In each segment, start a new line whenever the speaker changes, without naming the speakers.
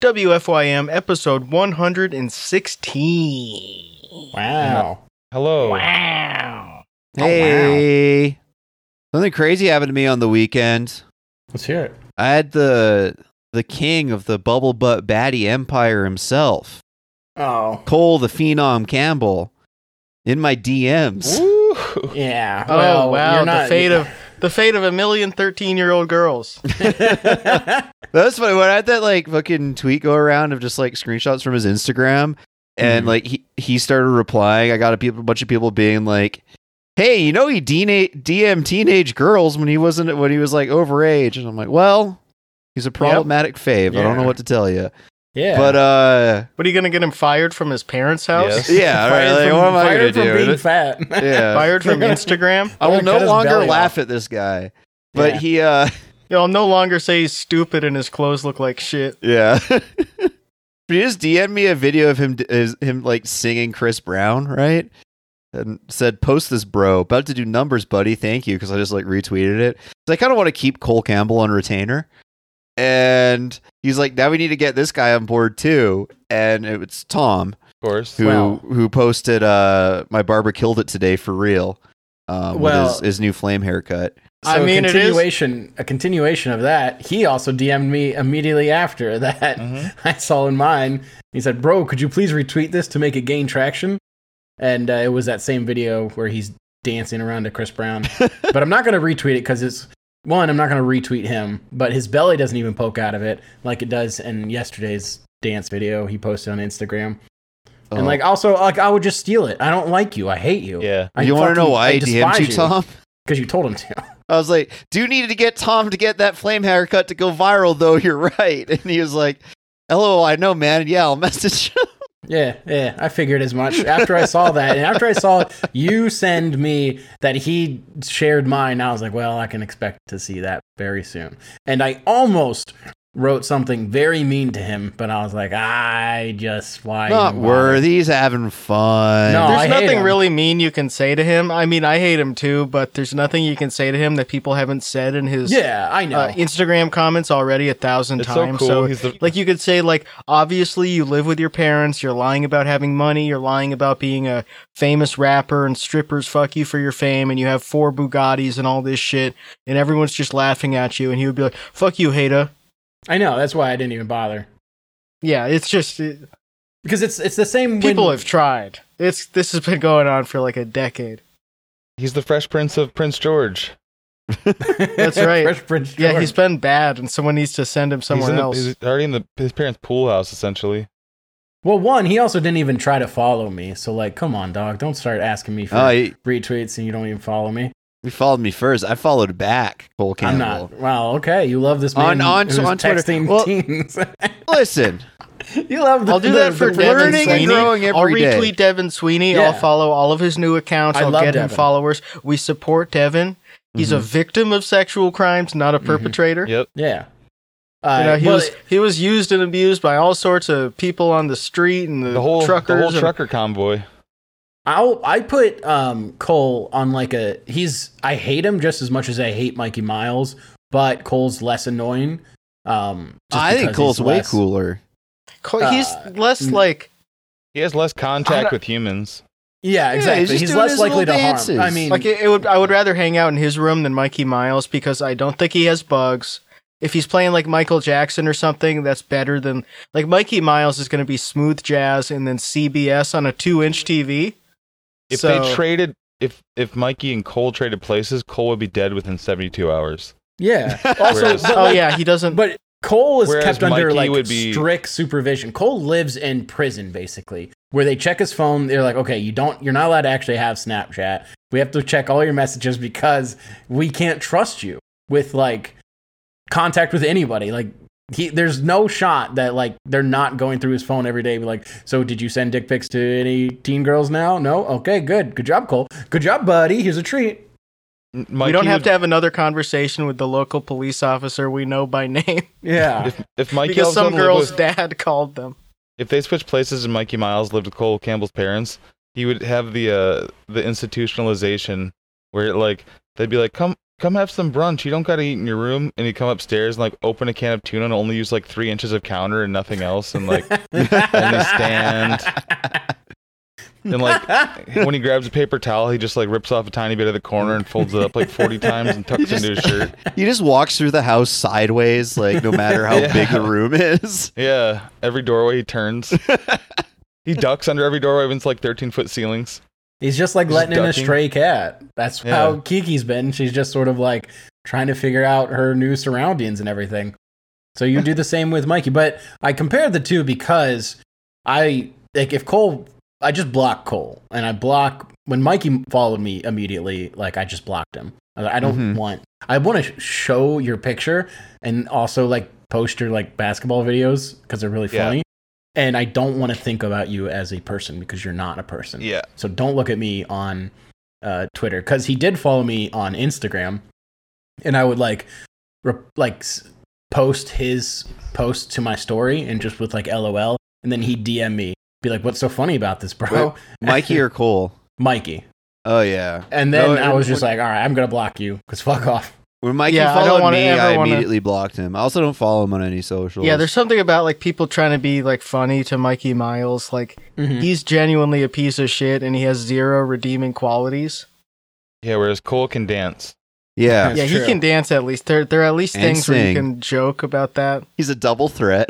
WFYM episode 116.
uh,
Wow.
Hello.
Wow.
Oh, wow.
Hey. Something crazy happened to me on the weekend.
Let's hear it.
I had the the king of the bubble butt baddie empire himself,
Oh.
Cole the Phenom Campbell, in my DMs.
Woo.
Yeah.
Oh wow, the fate of the fate of a million 13-year-old girls.
That's funny. When I had that like fucking tweet go around of just like screenshots from his Instagram,
Hmm.
and like he he started replying. I got a, peop a bunch of people being like, "Hey, you know he DNA DM teenage girls when he wasn't when he was like overage," and I'm like, "Well, he's a problematic fave. I don't know
Yeah.
what to tell you."
yeah.
But uh,
What are you going to get him fired from his parents' house?
Yes.
yeah, right.
Fired
Like,
from-
what am I
fired
gonna
from
do?
Being fat.
yeah,
Fired from Instagram?
I will
Cut
no
his
longer
belly
laugh
off.
at this guy. But
Yeah.
he, uh,
You'll no longer say he's stupid and his clothes look like shit.
yeah. he just DM'd me a video of him, is him like singing Chris Brown, right? And said, "Post this, bro. About to do numbers, buddy. Thank you." Because I just like retweeted it. 'Cause I kind of want to keep Cole Campbell on retainer. And he's like, "Now we need to get this guy on board too." And it was Tom
Of course.
who
Well-
who posted, "Uh, my barber killed it today for real." Um,
Well-
with his, his new flame haircut.
So
I mean, it is-
continuation, a continuation of that. He also DM'd me immediately after that.
Mhm.
Mm-hmm.
I saw in mine. He said, "Bro, could you please retweet this to make it gain traction?" And uh, it was that same video where he's dancing around to Chris Brown. but I'm not going to retweet it because it's one. I'm not going to retweet him, but his belly doesn't even poke out of it like it does in yesterday's dance video he posted on Instagram.
Oh.
And like, also, like, I would just steal it. I don't like you. I hate you.
Yeah.
I
Oh. you want to know
fucking-
why I, DM'd
despise
you, Tom?
Because you told him to.
I was like, "Do you need to get Tom to get that flame haircut to go viral?" Though you're right, and he was like, "Hello, I know, man. Yeah, I'll message." you."
Yeah, yeah, I figured as much after I saw that, and after I saw you send me that he shared mine. I was like, well, I can expect to see that very soon. And I almost wrote something very mean to him, but I was like, I just why
Not
even bother?
worthy. He's having fun.
No, Oh, I
There's
hate
nothing
him.
really mean you can say to him. I mean, I hate him too, but there's nothing you can say to him that people haven't said in his
Yeah, I know.
uh, Instagram comments already a thousand
It's so
times.
cool.
So,
He's the-
like, you could say, like, obviously you live with your parents. You're lying about having money. You're lying about being a famous rapper and strippers fuck you for your fame. And you have four Bugattis and all this shit. And everyone's just laughing at you. And he would be like, fuck you, Hater.
I know. That's why I didn't even bother
Yeah, it's just it-
because it's it's the same.
people
when,
have tried. It's this has been going on for like a decade.
He's the Fresh Prince of Prince George.
that's right.
Fresh Prince
Yeah,
George.
he's been bad, and someone needs to send him
he's,
somewhere
in the-
else.
he's already in the his parents' pool house, essentially.
well. One, he also didn't even try to follow me. So like, come on, dog, don't start asking me for
Uh,
Oh, he,
retweets and you don't even follow me.
he followed me first. I followed back. Cole
I'm
Campbell.
not. Wow. Okay. You love this man
On- on-
who's
on Twitter.
texting
Well-
teens.
Listen,
you love. The,
I'll do
the-
that for
the
Devin
learning and
Sweeney.
growing
I'll
every day.
retweet Devin Sweeney.
Yeah.
I'll follow all of his new accounts.
I
I'll
love
get him
Devin.
followers. We support Devin. He's a victim of sexual crimes, not a perpetrator.
Yep.
Yeah.
You
Uh,
know, he
well,
was he was used and abused by all sorts of people on the street and the,
The whole
truckers.
the whole
and-
trucker convoy.
I'll I put um, Cole on like a he's I hate him just as much as I hate Mikey Miles, but Cole's less annoying. Um, just
I think
because
Cole's
he's
way
less-
cooler.
Co- he's
uh,
less like
He has less
I don't-
contact with humans.
Yeah,
he's
exactly.
just
he's
doing
less
his
likely to
little
harm. I
dances.
mean,
like it, it would. I would rather hang out in his room than Mikey Miles because I don't think he has bugs. If he's playing like Michael Jackson or something, that's better than like Mikey Miles is going to be smooth jazz and then CBS on a two-inch TV.
If
So-
they traded if if Mikey and Cole traded places, Cole would be dead within seventy two hours.
yeah. Also,
Whereas-
but
oh
like,
yeah, he doesn't.
But Cole is
Whereas
kept under
Mikey
like
would be-
strict supervision. Cole lives in prison basically, where they check his phone. They're like, okay, you don't, you're not allowed to actually have Snapchat. We have to check all your messages because we can't trust you with like contact with anybody. Like he, there's no shot that like they're not going through his phone every day. Be like, so did you send dick pics to any teen girls now? No. Okay, good, good job, Cole. Good job, buddy. Here's a treat.
M-
we
Mikey
don't have
would-
to have another conversation with the local police officer we know by name
Yeah.
If, if Mikey
because
all of a
some
sudden lived
girl's
with-
dad called them.
if they switched places and Mikey Miles lived with Cole Campbell's parents, he would have the uh, the institutionalization where like they'd be like, "Come, come have some brunch. You don't gotta eat in your room. And he'd come upstairs and like open a can of tuna and only use like three inches of counter and nothing else. And like stand. and like when he grabs a paper towel, he just like rips off a tiny bit of the corner and folds it up like forty times and tucks
He
into his shirt.
He just walks through the house sideways, like no matter how
Yeah.
big the room is.
Yeah, every doorway he turns. He ducks under every doorway when it's like 13 foot ceilings.
He's just like
Just
letting in a
ducking.
stray cat. That's
Yeah.
how Kiki's been. She's just sort of like trying to figure out her new surroundings and everything. So you do the same with Mikey, but I compared the two because I like if Cole, I just block Cole and I block when Mikey followed me immediately. Like I just blocked him. I I don't
Mm-hmm.
Mhm.
want. I want to show your picture and also like post your like basketball videos because they're really
Yeah.
funny. And I don't want to think about you as a person because you're not a person.
Yeah.
So don't look at me on uh, Twitter because he did follow me on Instagram, and I would like re- like s- post his post to my story and just with like LOL, and then he would DM me be like, "What's so funny about this, bro?"
Wait, Mikey or Cole?
Mikey,
Oh yeah.
and then
No,
I was just
when-
like, "All right, I'm gonna block you because fuck off."
When Mikey
Yeah, I don't
followed
wanna
me,
ever
I
wanna-
immediately blocked him. I also don't follow him on any socials.
Yeah, there's something about like people trying to be like funny to Mikey Miles. Like
Mm-hmm.
Mm-hmm.
he's genuinely a piece of shit and he has zero redeeming qualities.
Yeah, whereas Cole can dance.
yeah,
That's
yeah,
true.
he can dance at least. There, there are at least
And
things where
sing.
you can joke about that.
he's a double threat.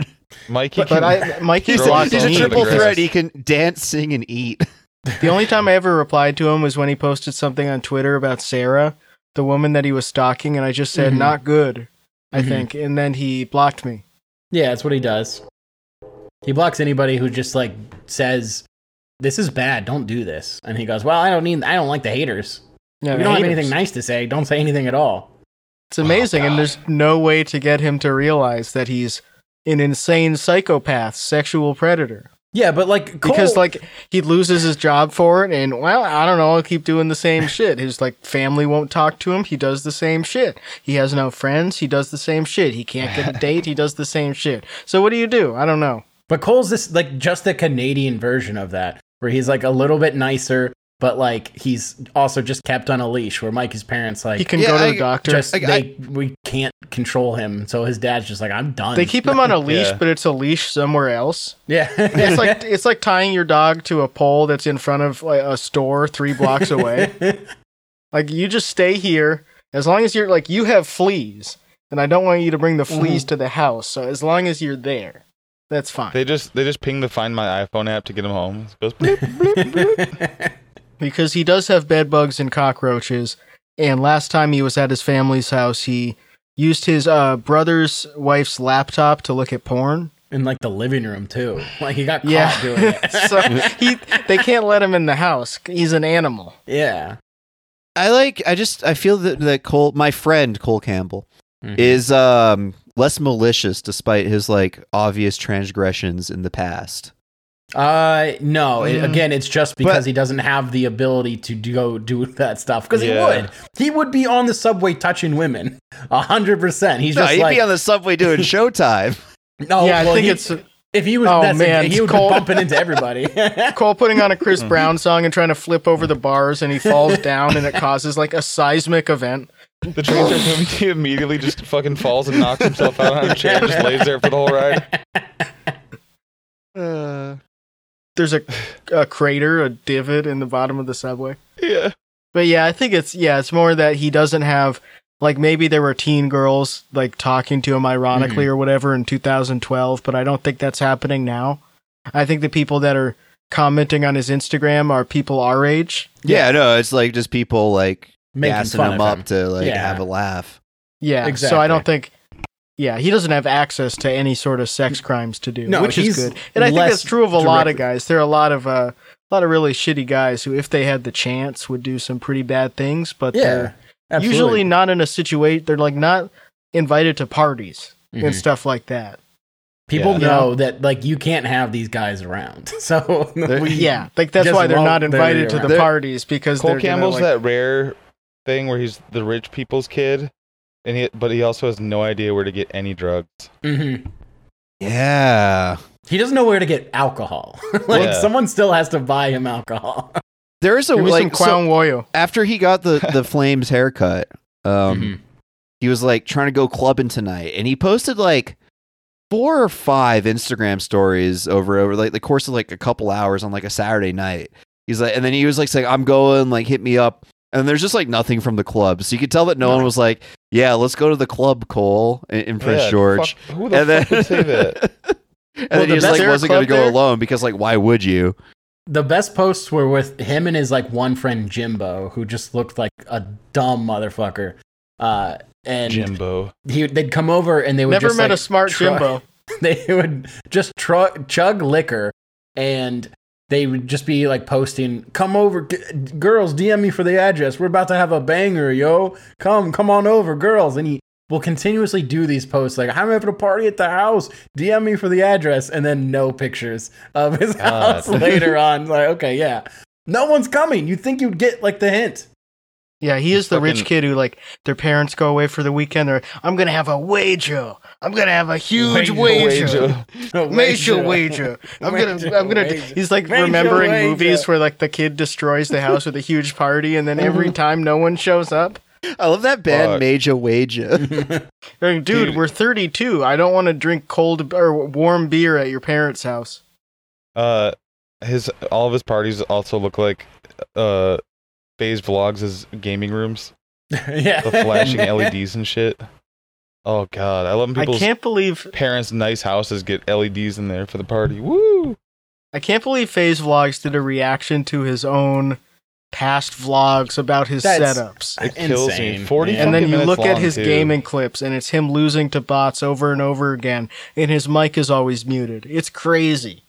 Mikey
But,
can
but I, Mikey
He's
Throw
a,
blocked
himself
he's a
under
me.
triple
the grass.
threat. He can dance, sing, and eat.
The only time I ever replied to him was when he posted something on Twitter about Sarah, the woman that he was stalking, and I just said,
Mm-hmm.
Mhm.
not good, I
Mhm.
think. And then he blocked me.
Yeah, that's what he does. He blocks anybody who just like says, "This is bad. Don't do this." And he goes, "Well, I don't need. I don't like the haters.
Yeah,
If you don't have
haters.
anything nice to say. Don't say anything at all."
It's amazing, and there's no way to get him to realize that he's an insane psychopath, sexual predator.
Yeah, but like Cole,
Because like he loses his job for it, and well, I don't know. I'll keep doing the same shit. His like family won't talk to him. He does the same shit. He has no friends. He does the same shit. He can't get a date. He does the same shit. So what do you do? I don't know.
but Cole's this like just the Canadian version of that, where he's like a little bit nicer, but like he's also just kept on a leash. Where Mikey's parents like
He can
Yeah,
go to
I-
the doctor.
just
like,
they we can't control him, so his dad's just like I'm done.
they keep him on a leash,
Yeah.
but it's a leash somewhere else.
yeah,
It's like it's like tying your dog to a pole that's in front of like, a store three blocks away. Like you just stay here as long as you're like you have fleas, and I don't want you to bring
Mm-hmm.
the fleas to the house. So as long as you're there, that's fine.
They just they just ping the Find My iPhone app to get him home. It goes bloop.
because he does have bed bugs and cockroaches. And last time he was at his family's house, he used his uh, brother's wife's laptop to look at porn.
in like the living room too. Like he got caught
Yeah,
doing it.
so he they can't let him in the house. He's an animal.
yeah.
I like. I just. I feel that that Cole, my friend Cole Campbell,
Mhm.
is um less malicious despite his like obvious transgressions in the past.
Uh no. it-
Mm.
again, it's just because
But-
he doesn't have the ability to do, go do that stuff. Because
Yeah.
he would, he would be on the subway touching women, a hundred percent. He's
No,
just
he'd
like,
be on the subway doing Showtime.
no.
yeah,
Oh, well,
I think
he-
it's
if he was.
oh,
that's a-
man,
he would
Cole-
be bumping into everybody.
Cole putting on a
Mm-hmm.
Chris Brown song and trying to flip over the bars, and he falls down, and it causes like a seismic event.
The train starts moving. He immediately just fucking falls and knocks himself out on a chair and just lays there for the whole ride.
Uh,
There's a, a crater, a divot in the bottom of the subway.
Yeah.
But yeah, I think it's yeah, it's more that he doesn't have like maybe there were teen girls like talking to him ironically or whatever in 2012, but I don't think that's happening now. I think the people that are commenting on his Instagram are people our age.
yeah, no, it's like just people like
Making
gassing
fun
him
of
up
him.
to like
Yeah.
have a laugh.
Yeah, so
Exactly.
I don't think. Yeah, he doesn't have access to any sort of sex crimes to do,
No,
which is
he's
good. And I think
less
that's true of a lot of
directly-
guys. There are a lot of uh, a lot of really shitty guys who, if they had the chance, would do some pretty bad things. But
yeah,
they're
absolutely.
usually not in a situation. They're like not invited to parties and
Mhm.
stuff like that.
people
Yeah.
know that like you can't have these guys around. So we,
Yeah, like that's
Just
why they're
won't-
not
they're
invited to the
around.
parties because
Cole
they're gonna,
Campbell's
like,
that rare thing where he's the rich people's kid, and he but he also has no idea where to get any drugs.
Mhm.
Yeah.
He doesn't know where to get alcohol. like
Yeah.
someone still has to buy him alcohol.
There is a
Give me
like
some
so
clown Woyo.
after he got the the Flames haircut, Um,
Mhm.
He was like trying to go clubbing tonight, and he posted like four or five Instagram stories over over like the course of like a couple hours on like a Saturday night. He's like, and then he was like saying, "I'm going, like hit me up." And there's just like nothing from the club, so you could tell that no one was like, "Yeah, let's go to the club, Cole." In, in Prince
Yeah,
George,
fuck- who the fuck would say that?
and
Well,
then
the
he just
best-
like
there a
wasn't going to
club
go
there?
alone because like why would you?
The best posts were with him and his like one friend Jimbo, who just looked like a dumb motherfucker. Uh, and
Jimbo.
he they'd come over and they would
Never
just,
met
like,
a smart
try-
Jimbo.
they would just tru- chug liquor and they would just be like posting come over g- girls dm me for the address we're about to have a banger yo come come on over girls and he will continuously do these posts like i'm having a party at the house dm me for the address and then no pictures of his
God.
house later on like okay yeah no one's coming you think you'd get like the hint
Yeah, he is the rich
Fucking-
kid who like their parents go away for the weekend. They're I'm gonna have a wager. I'm gonna have a huge wager.
Wager.
Major wager. I'm
Major
gonna, I'm gonna.
wager.
He's like
Major
remembering
wager.
movies where like the kid destroys the house with a huge party, and then every
Mm-hmm.
time no one shows up,
I love that band
Fuck.
Major Wager.
they're like, dude,
Dude.
we're 32. I don't want to drink cold or warm beer at your parents' house.
Uh, his all of his parties also look like uh, Faze vlogs as gaming rooms,
yeah
the flashing E LEDs and shit. Oh god, I love when
I
people's
can't believe,
parents' nice houses get LEDs in there for the party. Woo!
I can't believe Phase Vlogs did a reaction to his own past vlogs about his
That's-
setups.
It kills me.
Insane,
Forty,
man.
And then
fucking
you
minutes
look at
long,
his
too.
gaming clips, and it's him losing to bots over and over again, and his mic is always muted. It's crazy.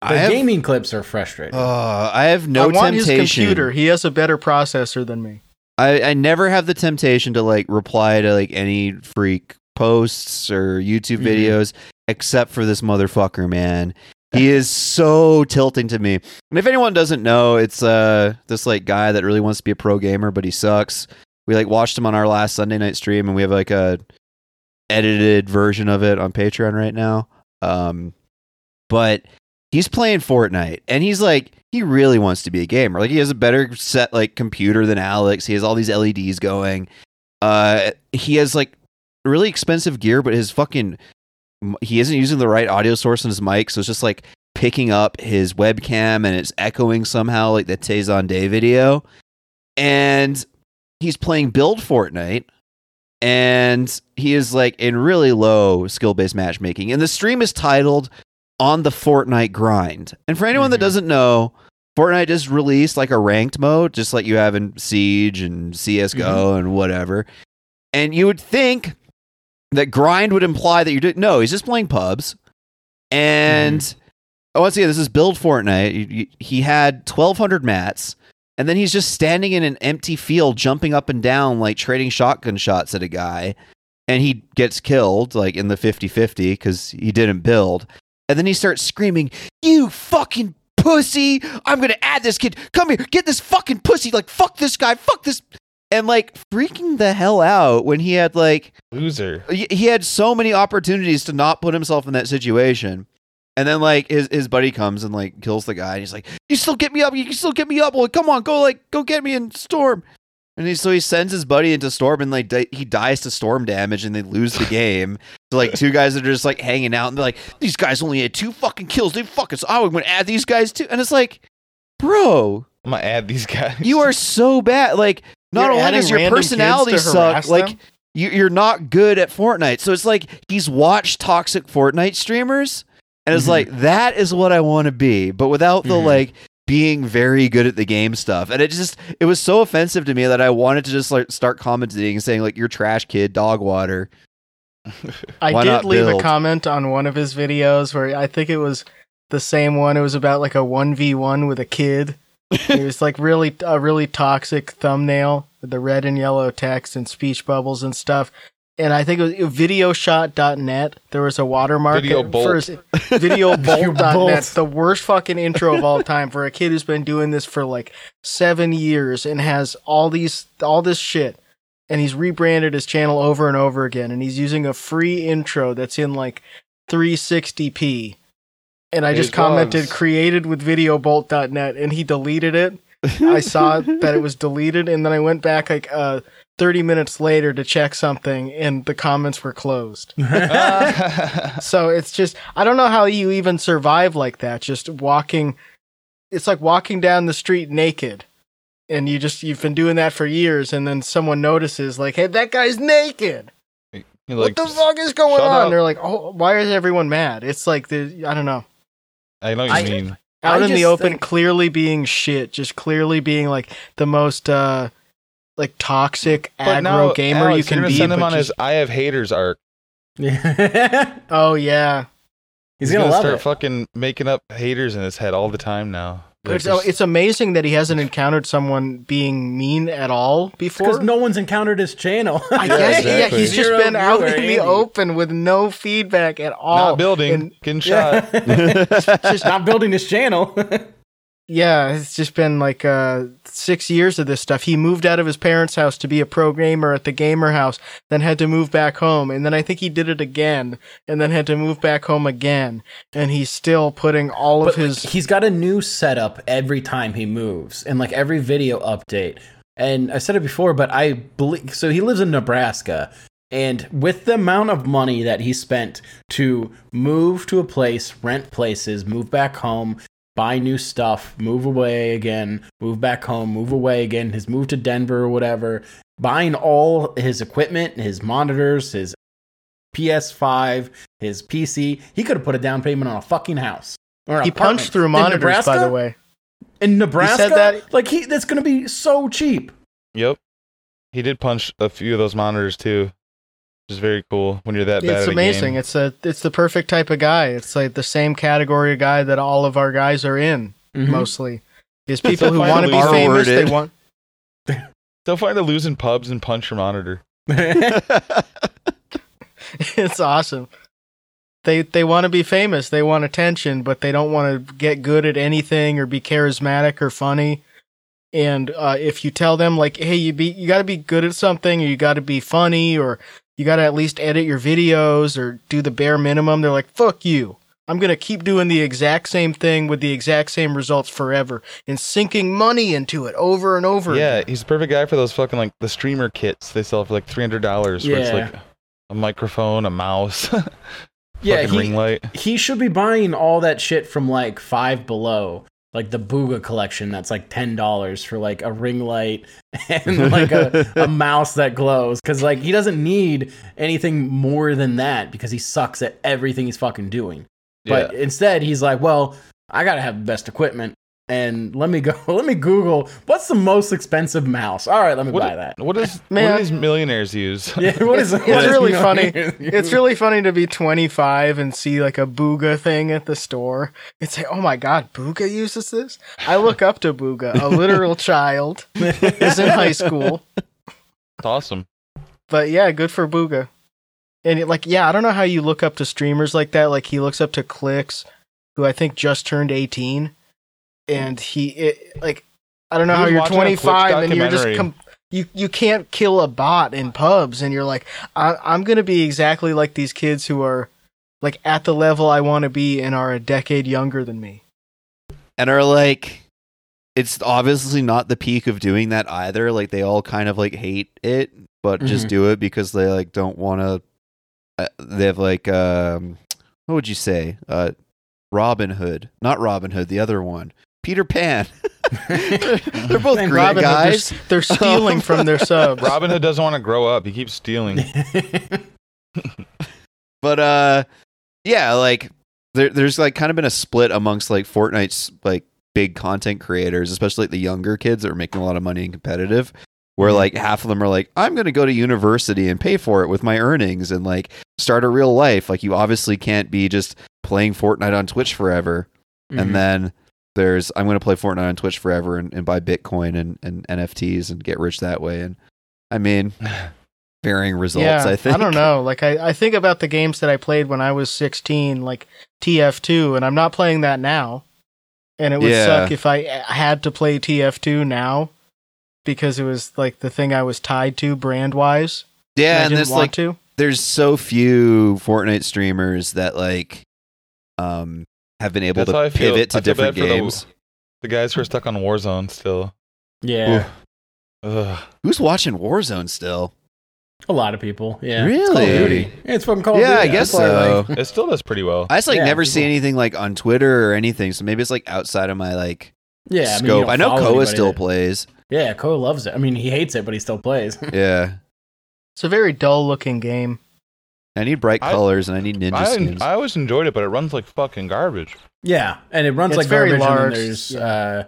the
I have,
gaming clips are frustrating
uh, I have no
I want
temptation.
his computer. He has a better processor than me.
I, I never have the temptation to like reply to like any freak posts or YouTube
Mhm.
videos except for this motherfucker, man. He is so tilting to me. And if anyone doesn't know, it's uh this like guy that really wants to be a pro gamer, but he sucks. We like watched him on our last Sunday night stream and we have like a edited version of it on Patreon right now. Um but he's playing Fortnite and he's like he really wants to be a gamer. Like he has a better set like computer than Alex. He has all these LEDs going. Uh he has like really expensive gear but his fucking m- he isn't using the right audio source on his mic so it's just like picking up his webcam and it's echoing somehow like the Tazon Day video. And he's playing build Fortnite and he is like in really low skill-based matchmaking. And the stream is titled on the Fortnite grind. And for anyone that
Mhm.
doesn't know, Fortnite just released like a ranked mode, just like you have in Siege and CSGO and whatever. And you would think that grind would imply that you didn't. No, he's just playing pubs. And oh, once again, this is build Fortnite. You- you- He had 1,200 mats. And then he's just standing in an empty field, jumping up and down, like trading shotgun shots at a guy. And he gets killed, like in the 50 50, because he didn't build. And then he starts screaming, You fucking pussy! I'm gonna add this kid! Come here, get this fucking pussy! Like, fuck this guy, fuck this. And like freaking the hell out when he had like
Loser.
he he had so many opportunities to not put himself in that situation. And then like his, his buddy comes and like kills the guy and he's like, You still get me up, you can still get me up. Well come on, go like go get me in storm. And he, so he sends his buddy into storm and like di- he dies to storm damage and they lose the game. to like two guys that are just like hanging out and they're like, These guys only had two fucking kills, they fucking so I'm gonna add these guys too and it's like, Bro,
I'm gonna add these guys.
you are so bad. Like, not
You're
only
adding
does your
random kids
personality
to
suck,
harass
like
them?
you, you're not good at Fortnite. So it's like he's watched toxic Fortnite streamers, and it's
Mhm.
Mm-hmm.
like that is what I want to be, but without the
Mhm.
like being very good at the game stuff. And it just it was so offensive to me that I wanted to just like start commenting and saying like you're trash kid, dog water.
I
Why
did
not
leave a
build?
comment on one of his videos where I think it was the same one. It was about like a one v one with a kid. it was like really a really toxic thumbnail with the red and yellow text and speech bubbles and stuff. And I think it was videoshot.net. There was a watermark
Video
at-
Bolt.
for his videobolt.net.
Bolt.
the worst fucking intro of all time for a kid who's been doing this for like seven years and has all these all this shit and he's rebranded his channel over and over again and he's using a free intro that's in like 360p and i
His
just commented
vlogs.
created with videobolt.net and he deleted it I saw that it was deleted, and then I went back like uh, 30 minutes later to check something, and the comments were closed.
Uh,
So it's just I don't know how you even survive like that. Just walking, it's like walking down the street naked, and you just you've been doing that for years, and then someone notices like, hey, that guy's naked.
You're
What
like,
the fuck is going
shut
on?
up.
They're like, oh, why is everyone mad? It's like the I don't know.
I know
I-
what you mean.
out
I
in the
just
open
think-
clearly being shit just clearly being like the most uh like toxic aggro gamer
Alex,
you can
you're gonna
be
Send him
but
on
just-
his "I have haters" arc.
He's
oh yeah
gonna, love
start
it.
fucking making up haters in his head all the time now.
But it's, oh, it's amazing that he hasn't encountered someone being mean at all before
because no one's encountered his channel.
I guess
Yeah,
yeah, he's just
Zero
been out
viewer,
in
Andy.
the open with no feedback at all.
not building,
And
getting shot.
Yeah. just not building his channel.
yeah, it's just been like uh, six years of this stuff. He moved out of his parents' house to be a pro gamer at the gamer house, then had to move back home, and then I think he did it again, and then had to move back home again, and he's still putting all of
But, like,
his.
he's got a new setup every time he moves and like every video update and i said it before but i believe so he lives in nebraska and with the amount of money that he spent to move to a place rent places move back home buy new stuff move away again move back home move away again his move to denver or whatever buying all his equipment his monitors his ps5 his pc he could have put a down payment on a fucking house or an
he punched
apartment.
through
In
monitors, by the
Nebraska?
way.
in Nebraska.
that-
like he, that's gonna be so cheap.
Yep. He did punch a few of those monitors too, which is very cool when you're that bad.
It's
at a
amazing.
game.
It's a it's the perfect type of guy. It's like the same category of guy that all of our guys are in
Mm-hmm.
mostly. Is people who
Finally
want to be famous. They
R-worded.
want.
They'll find a losing pubs and punch your monitor.
it's awesome. They they want to be famous. They want attention, but they don't want to get good at anything or be charismatic or funny. And uh, if you tell them like, "Hey, you be you got to be good at something, or you got to be funny, or you got to at least edit your videos or do the bare minimum," they're like, "Fuck you." I'm gonna keep doing the exact same thing with the exact same results forever and sinking money into it over and over.
Yeah,
again.
he's the perfect guy for those fucking like the streamer kits they sell for like three hundred dollars. Where it's
Yeah.
like a microphone, a mouse,
yeah,
fucking ring
he,
light.
he should be buying all that shit from like Five Below, like the Booga collection. That's like ten dollars for like a ring light and like a, a mouse that glows. Because like he doesn't need anything more than that because he sucks at everything he's fucking doing. But instead, he's like, well, I gotta have the best equipment. And let me go. Let me Google what's the most expensive mouse. All right, let me
What-
buy that.
What is what
Man.
do these millionaires use?
Yeah, what is
It's-
what
it's
is
really
Millionaire Youth?
It's really funny to be 25 and see like a Booga thing at the store and say, "Oh my God, Booga uses this." I look up to Booga, a literal child, is in high school.
It's awesome.
But yeah, good for Booga. And it, like, yeah, I don't know how you look up to streamers like that. Like he looks up to Clicks, who I think just turned 18, and he it, like I don't know
He
how
was
you're
watching a Clix
25 and you're just
documentary.
com- you you can't kill a bot in pubs, and you're like, I, I'm gonna be exactly like these kids who are like at the level I want to be and are a decade younger than me.
and are like it's obviously not the peak of doing that either like they all kind of like hate it but just
Mhm.
do it because they like don't want to uh, they have like um what would you say uh robin hood not robin hood the other one peter pan they're both
Robin,
Same Robin Hood,
great
Hood, they're,
guys
s- they're stealing from their subs.
Robin Hood doesn't want to grow up. He keeps stealing.
but uh yeah like there, there's like kind of been a split amongst like fortnite's like big content creators especially like the younger kids that are making a lot of money in competitive where
Mm-hmm.
like half of them are like i'm going to go to university and pay for it with my earnings and like start a real life like you obviously can't be just playing fortnite on twitch forever
Mm-hmm.
and then there's i'm going to play fortnite on twitch forever and, and buy bitcoin and, and nfts and get rich that way and i mean varying results i think
don't know. Like I, I think about the games that I played when I was 16, like TF2, and I'm not playing that now. And it would
Yeah.
suck if I uh, had to play TF2 now because it was like the thing I was tied to brand wise.
yeah
I
and
didn't
this
want
like
to.
there's so few Fortnite streamers that like um have been able
That's how I
to
feel.
pivot to
I feel
different
bad for the-
games.
The guys who are stuck on Warzone still.
Yeah,
Oof. Ugh.
Who's watching Warzone still?
a lot of people. Yeah,
Really?
It's Call of Duty. It's fucking Call of
yeah,
Duty.
I guess
Oh, That's why,
so.
like-
It still does pretty well.
I just like
Yeah,
never see
people-
anything like on Twitter or anything, so maybe it's like outside of my like
yeah, I mean, you
scope.
don't
I know
follow
Koa
anybody
still
that-
plays.
Yeah, Koa loves it. I mean, he hates it, but he still plays.
Yeah,
It's a very dull looking game.
I need bright
I-
colors and I need ninja
I,
skins.
I always enjoyed it, but it runs like fucking garbage.
yeah, and it runs
It's
like
very
garbage.
large,
And then there's
yeah.
uh,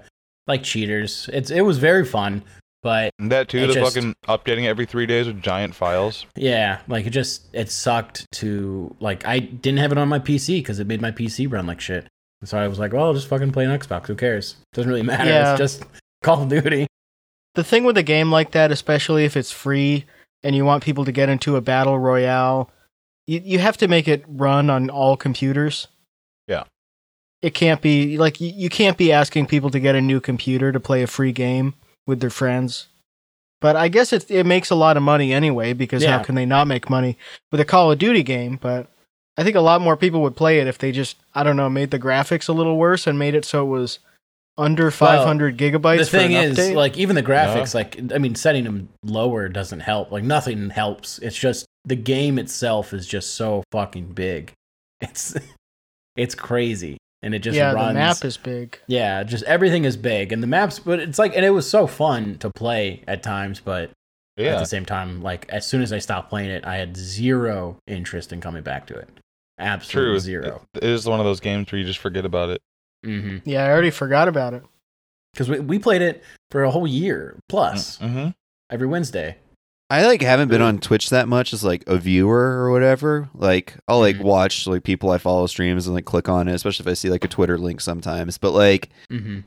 like cheaters. It's it was very fun, but
And That too,
It
the
just-
fucking updating it every three days with giant files.
yeah, like it just it sucked to like I didn't have it on my PC because it made my PC run like shit. And So I was like, well, I'll just fucking play an Xbox. Who cares? Doesn't really matter.
Yeah.
It's just Call of Duty.
The thing with a game like that, especially if it's free and you want people to get into a battle royale, you, you have to make it run on all computers.
Yeah.
It can't be like you, you can't be asking people to get a new computer to play a free game with their friends. But I guess it it makes a lot of money anyway because
Yeah.
how can they not make money with a Call of Duty game? But I think a lot more people would play it if they just I don't know made the graphics a little worse and made it so it was under 500 gigabytes.
the thing
for an
is,
update.
like even the graphics, like I mean, setting them lower doesn't help. Like nothing helps. It's just the game itself is just so fucking big. It's it's crazy, and it just
yeah,
runs.
the map is big.
yeah, just everything is big, and the maps. But it's like, and it was so fun to play at times, but at
Yeah.
the same time, like as soon as I stopped playing it, I had zero interest in coming back to it. Absolute
True.
zero.
It is one of those games where you just forget about it.
Mm-hmm.
Yeah, I already forgot about it.
Because we we played it for a whole year plus
Mm-hmm.
every Wednesday.
I like haven't been on Twitch that much as like a viewer or whatever. Like I'll like
Mm-hmm.
Mhm.
watch like people I follow streams and like click on it, especially if I see like a Twitter link sometimes. But like
Mm-hmm.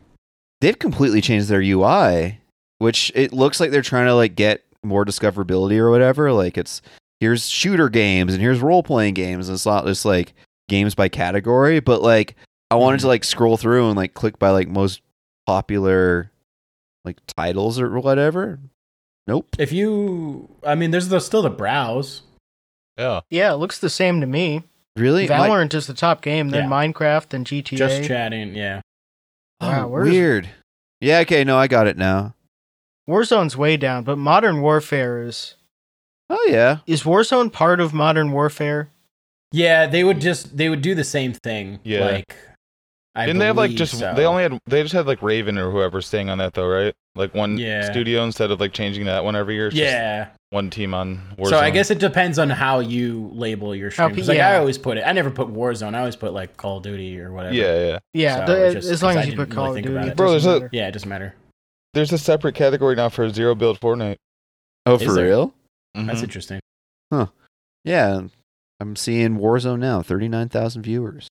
they've completely changed their UI, which it looks like they're trying to like get more discoverability or whatever. Like it's here's shooter games and here's role playing games. And it's not just like games by category, but like I wanted to like scroll through and like click by like most popular like titles or whatever. Nope.
If you, I mean, there's the, still the browse.
Yeah.
Yeah, it looks the same to me.
Really? My-
Valorant is the top game, then
Yeah.
Minecraft, then GTA.
Just chatting, yeah.
Wow,
Oh,
where is-
weird. Yeah, okay, no, I got it now.
Warzone's way down, but Modern Warfare is
Oh yeah.
is Warzone part of Modern Warfare?
Yeah, they would just they would do the same thing.
Yeah.
Like, I
Didn't they have like
believe
just
so.
they only had they just had like Raven or whoever staying on that though, right? Like one
Yeah.
studio instead of like changing that one every year. It's just
yeah.
one team on Warzone.
So I guess it depends on how you label your stream.
pe-
'Cause, like I
yeah.
always put it. I never put Warzone. I always put like Call of Duty or whatever.
Yeah, yeah.
Yeah,
So
the-
just-
as long
'cause
as
I
you put
didn't
Call
really
of
think
Duty.
about
It
it.
Bro,
doesn't
there's a-
matter.
Yeah, it doesn't matter.
There's a separate category now for zero build Fortnite.
Oh,
Is
for
there?
real?
That's
Mhm.
interesting.
Yeah. I'm seeing Warzone now, 39,000 viewers.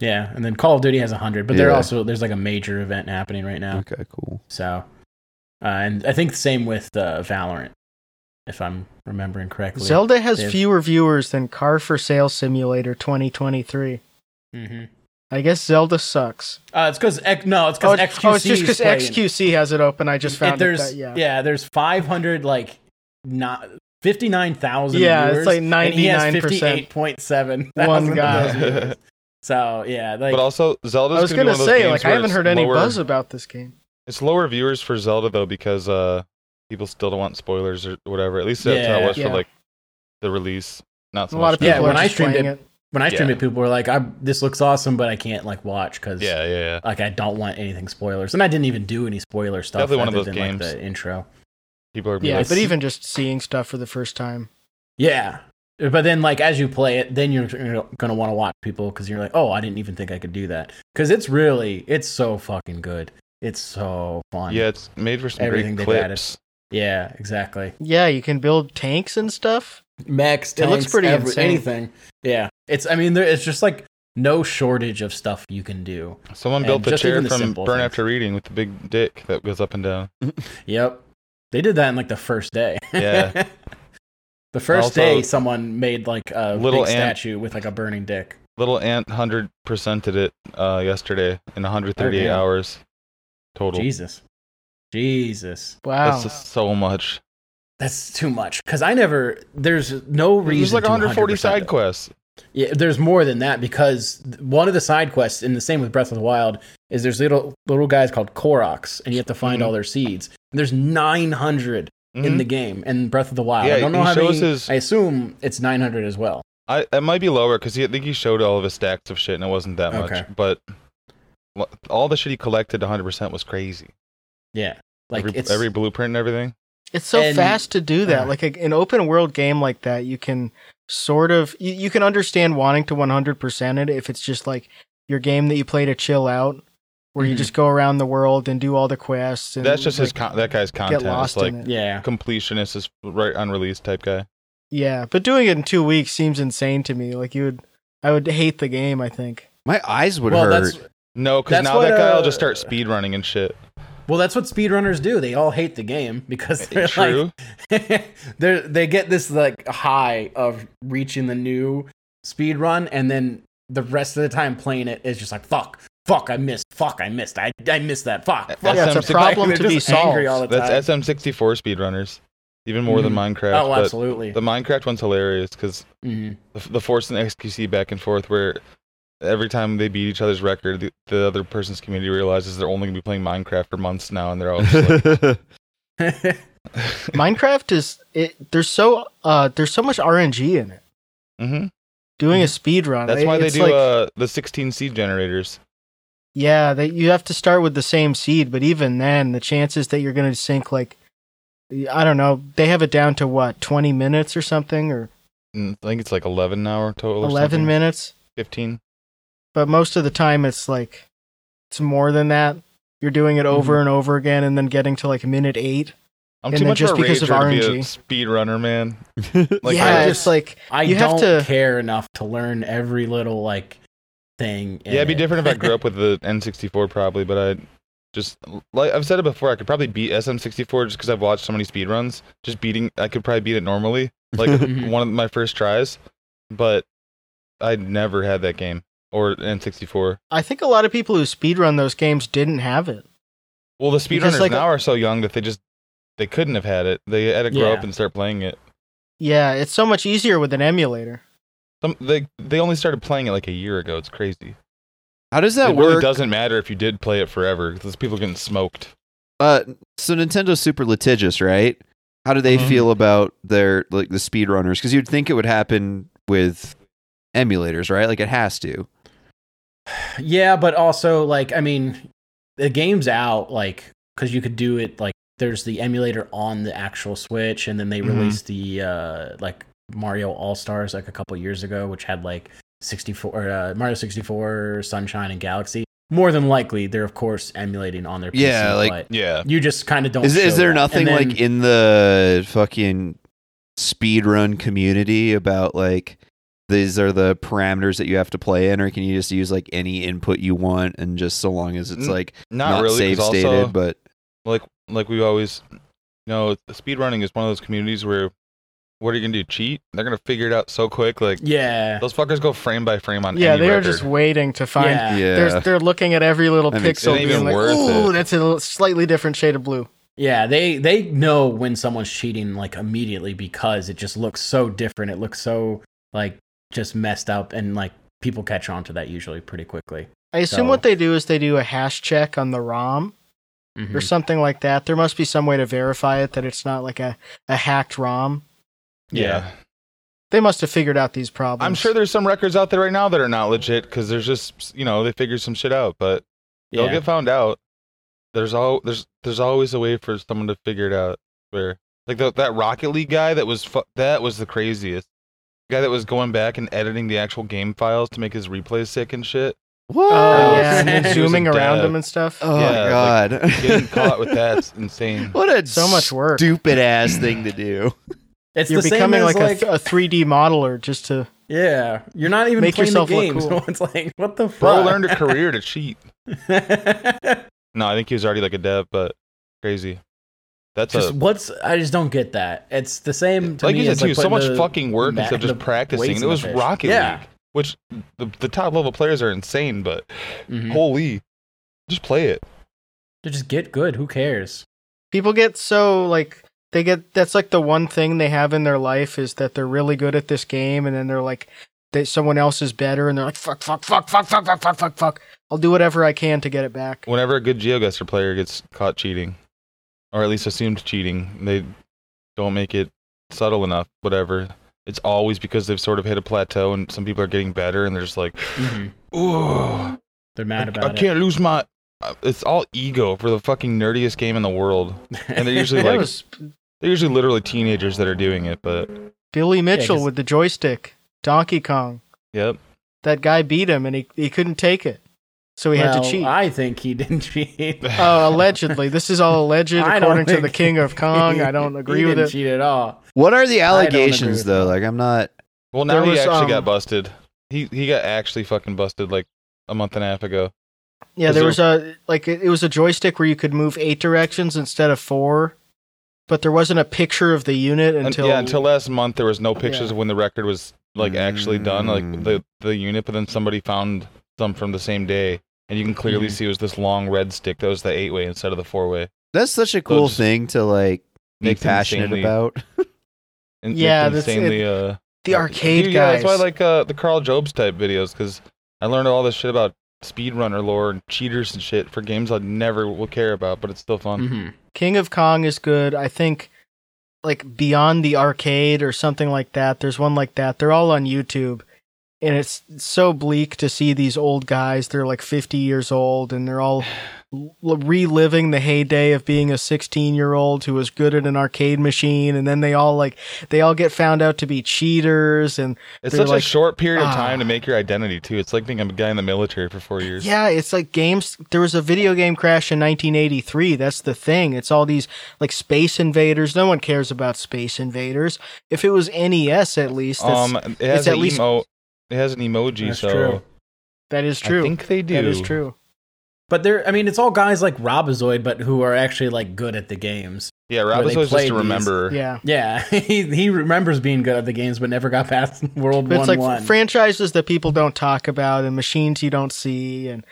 Yeah, and then Call of Duty has hundred, but they're
Yeah.
also there's like a major event happening right now.
Okay, cool.
So, uh, and I think the same with uh, Valorant, if I'm remembering correctly.
Zelda has
They've-
fewer viewers than Car for Sale Simulator 2023.
hmm
I guess Zelda sucks.
Uh, it's because no, it's
Oh,
because
it's,
XQC.
oh, it's just because XQC has it open. I just found
there's
it. That, yeah.
there's 500 like not 59,000.
Yeah, it's
viewers,
like
and he has
99%.
58.7
One guy.
thousand viewers. So yeah, like
But also Zelda's
I was
gonna
gonna
be one of those
say,
games
like, I
where
haven't
it's
heard any
lower-
buzz about this game.
It's lower viewers for Zelda though because uh people still don't want spoilers or whatever. At least that's how it
Yeah.
was
Yeah.
for like the release. Not
A
so
lot
much
of people
Yeah,
now.
are
when I
just
streamed
playing
it-
it.
when I streamed
yeah.
it, people were like, "I'm this looks awesome, but I can't like watch because
Yeah, yeah, yeah.
like I don't want anything spoilers." And I didn't even do any spoiler stuff.
Definitely one of
other than,
those games.
Like, the intro.
People are gonna be
Yeah,
like,
but even just seeing stuff for the first time.
Yeah. But then, like, as you play it, then you're going to want to watch people because you're like, oh, I didn't even think I could do that. Because it's really, it's so fucking good. It's so fun.
yeah, it's made for some
Everything
great
they've added.
clips.
Yeah, exactly.
Yeah, you can build tanks and stuff.
Max,
It looks
tanks,
pretty
every-
insane.
Anything. Yeah. It's, I mean, there, it's just like no shortage of stuff you can do.
Someone
And
built the
just
chair
even the
from
simple
Burn
things.
After Reading with the big dick that goes up and down.
Yep. They did that in like the first day.
Yeah.
the first
Also-
day, someone made like a
Little
little
ant-
statue with like a burning dick.
Little Ant hundred percented it uh, yesterday in 138
Okay.
hours total.
Jesus. Jesus.
Wow.
That's just so much.
That's too much. Because I never, there's no reason.
There's like
to
140
100%
side quests.
Yeah, there's more than that because th- one of the side quests, and the same with Breath of the Wild, is there's little little guys called Koroks, and you have to find
Mm-hmm.
all their seeds. And there's 900 in
Mhm.
the game in Breath of the Wild.
Yeah,
I don't know
he
how many.
shows his-
I assume it's 900 as well.
I it might be lower because I think he showed all of his stacks of shit, and it wasn't that
Okay.
much. But lo- all the shit he collected, 100 percent was crazy.
Yeah, like
every,
it's
every blueprint and everything.
It's so
And-
fast to do that.
uh.
like a, an open world game like that, you can sort of you, you can understand wanting to 100% it if it's just like your game that you play to chill out where you
Mhm.
just go around the world and do all the quests and
Mm-hmm. That's just his
like,
con- that guy's content.
get
It's
lost
like
in it.
yeah.
completionist is right unreleased type guy.
Yeah, but doing it in 2 weeks seems insane to me. Like you would I would hate the game, I think.
My eyes would
Well,
hurt.
that's
No, because
That's
now
what,
that guy will
uh,
just start speed running and shit.
well, that's what speedrunners do. They all hate the game because they're like,
Eh, True.
they they get this like high of reaching the new speed run and then the rest of the time playing it is just like fuck fuck i missed fuck i missed i, I missed that fuck, fuck.
Yeah, it's a
Like,
problem
they're
to be
just angry
solved.
all the time.
That's SM64 speedrunners, even more than Minecraft.
oh
but
absolutely
The Minecraft one's hilarious because
Mhm.
the, the force and XQC back and forth, where every time they beat each other's record, the, the other person's community realizes they're only gonna be playing Minecraft for months now, and they're all just like,
Mm-hmm.
Minecraft is it, there's so uh there's so much RNG in it.
hmm
Doing a speed run.
That's
it-
why they
it's
do
like-
uh, the 16 seed generators.
Yeah, that you have to start with the same seed, but even then, the chances that you're going to sink like I don't know, they have it down to what twenty minutes or something, or
Mm, I think it's like 11 hour total. Or
eleven
something.
minutes.
15.
But most of the time, it's like it's more than that. You're doing it
Mm-hmm.
over and over again, and then getting to like minute eight.
I'm
And
too
then
much
just
of a
because of
rager to be a
RNG.
speed runner, man. Like,
Like, yeah,
I
it's
just-
like
i
You have
don't
to-
care enough to learn every little like thing in
Yeah, it'd be
it.
different if I grew up with the N64 probably, but I just like I've said it before, I could probably beat SM64 just because I've watched so many speedruns. Just beating, I could probably beat it normally, like
Mhm.
one of my first tries, but I never had that game or N64.
I think a lot of people who speedrun those games didn't have it.
Well, the speedrunners
like,
now are so young that they just they couldn't have had it. They had to grow
Yeah.
up and start playing it.
Yeah, it's so much easier with an emulator.
Some they they only started playing it like a year ago. It's crazy.
How does that
it really
work?
doesn't matter if you did play it forever because people are getting smoked.
Uh, so Nintendo's super litigious, right? How do they
Mhm.
feel about their like the speedrunners? Because you'd think it would happen with emulators, right? Like it has to.
Yeah, but also like I mean, the game's out like because you could do it like there's the emulator on the actual Switch, and then they
Mhm.
Mm-hmm.
released the uh like Mario All Stars like a couple years ago, which had like 64 uh, Mario 64, Sunshine, and Galaxy. More than likely, they're of course emulating on their PC.
Yeah, like-
but
Yeah.
you just kind of don't.
Is is
show
there
that. And
nothing
then-
like in the fucking speedrun community about like these are the parameters that you have to play in, or can you just use like any input you want and just so long as it's
N-
like
Not,
not,
really.
save
'cause also-
stated, but
like like we always you know speedrunning is one of those communities where what are you gonna do cheat they're gonna figure it out so quick like
Yeah.
those fuckers go frame by frame on
yeah,
any
they are
record.
just waiting to find.
Yeah.
yeah.
They're, they're looking at every little
That makes
pixel,
sense. It ain't
being
even
like,
worth
"Ooh,
it."
that's a little- slightly different shade of blue."
Yeah, they they know when someone's cheating like immediately because it just looks so different. It looks so like just messed up and like people catch on to that usually pretty quickly.
I assume
Oh.
So-
what they do is they do a hash check on the ROM
Hmm.
or
Mhm.
something like that. There must be some way to verify it that it's not like a, a hacked ROM.
yeah.
They must have figured out these problems.
i'm sure there's some records out there right now that are not legit because there's just you know they figure some shit out but
Yeah.
they'll get found out there's all there's there's always a way for someone to figure it out where like the, that rocket league guy that was fu- that was the craziest guy that was going back and editing the actual game files to make his replay sick and shit
what?
Oh,
Oh,
yeah, and then
okay.
zooming
He was a
around
dev.
them and stuff.
Oh
Yeah, like,
god.
getting caught with that's insane
What a
So much work.
Stupid ass thing to do.
it's
You're
the same
becoming
as,
like, a, a 3D modeler just to.
yeah, you're not even
Make
playing the
yourself look
game.
cool.
So it's like what the
Bro
fuck?
learned a career to cheat. No, I think he was already like a dev, but crazy. That's
just
a
what's I just don't get that. It's the same to
like
me
you said
as,
too.
like,
so
putting
much
the
fucking work
ma-
instead of
the
just practicing.
weights
And it
in the
was
fish.
Rocket
Yeah.
League, which the, the top level players are insane, but
Mhm.
holy, just play it.
To just get good. Who cares?
People get so like. They get that's like the one thing they have in their life is that they're really good at this game, and then they're like, that someone else is better, and they're like, fuck, fuck, fuck, fuck, fuck, fuck, fuck, fuck, fuck. I'll do whatever I can to get it back.
Whenever a good GeoGuessr player gets caught cheating, or at least assumed cheating, they don't make it subtle enough, whatever. It's always because they've sort of hit a plateau and some people are getting better and they're just like,
Mm-hmm.
Mhm.
ooh,
They're
I,
mad
I
about it.
can't lose my. uh, It's all ego for the fucking nerdiest game in the world. And they're usually
That
like,
was
they're usually literally teenagers that are doing it, but
Billy Mitchell
'cause-
with the joystick, Donkey Kong.
yep.
That guy beat him, and he, he couldn't take it, so he had to
Well,
cheat.
I think he didn't cheat.
Oh, allegedly. This is all alleged
I don't
according to the
think-
King of Kong. I don't
He
agree with
didn't
it.
Cheat at all.
What are the
don't agree
allegations
with
though?
that.
Like I'm not.
Well, now
There
he
was,
actually
um,
got busted. He he got actually fucking busted like a month and a half ago.
Yeah,
Is
there
there-
was a like it it was a joystick where you could move eight directions instead of four, but there wasn't a picture of the unit
And-
until
yeah, until last month there was no pictures
Yeah.
of when the record was like actually done, like
Mm.
the the unit. But then somebody found some from the same day, and you can clearly
Mm.
Mhm.
see it was this long red stick that was the eight way instead of the four way.
That's such a cool
just
thing to like be passionate about.
And
Yeah,
yeah,
that's- it-
insanely. uh,
the arcade
Dude, Yeah,
guys.
that's why I like uh, the Carl Jobs type videos because I learned all this shit about speedrunner lore and cheaters and shit for games I never will care about, but it's still fun.
Mhm.
King of Kong is good. I think like Beyond the Arcade or something like that. There's one like that. They're all on YouTube. And it's so bleak to see these old guys. They're like 50 years old and they're all l- reliving the heyday of being a 16 year old who was good at an arcade machine. And then they all like, they all get found out to be cheaters. And
It's
They're
such
like,
a short period of time
"Ah."
to make your identity too. It's like being a guy in the military for four years.
Yeah, it's like games. There was a video game crash in 1983. That's the thing. It's all these like space invaders. No one cares about space invaders. If it was NES, at least that's,
um, it has
at
an
least-
emo- It has an emoji,
That's
so
true.
that is
I
true.
think they do.
that is true.
But they're, I mean, it's all guys like Robozoid, but who are actually like good at the games.
Yeah,
Where they
Rob was just
played
a
these-
rememberer.
Yeah,
Yeah, he, he remembers being good at the games, but never got past World
but it's
One
like
One.
franchises that people don't talk about and machines you don't see, and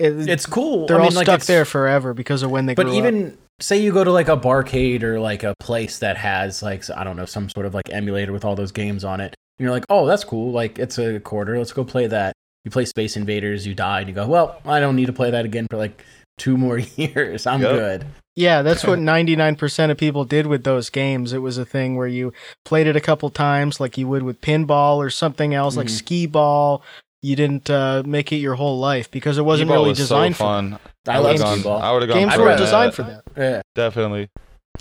it,
it's cool.
they're
I mean,
all
like,
stuck
it's-
there forever because of when they.
But
grew up.
even say you go to like a barcade or like a place that has like I don't know some sort of like emulator with all those games on it, and you're like, oh, that's cool. Like it's a quarter. Let's go play that. You play Space Invaders, you die, and you go, well, I don't need to play that again for like two more years. I'm
Yep.
good.
Yeah, that's what 99% of people did with those games. It was a thing where you played it a couple times, like you would with pinball or something else, like
Mm-hmm.
Mhm.
skee ball. You didn't uh, make it your whole life because it wasn't
Skee-ball
really
was so
designed for
fun.
I,
love
love
would've
would've
skee
gone- I uh,
ball.
would have
that.
gone.
Games
pro
were
at
designed
that.
for that.
Yeah.
Definitely.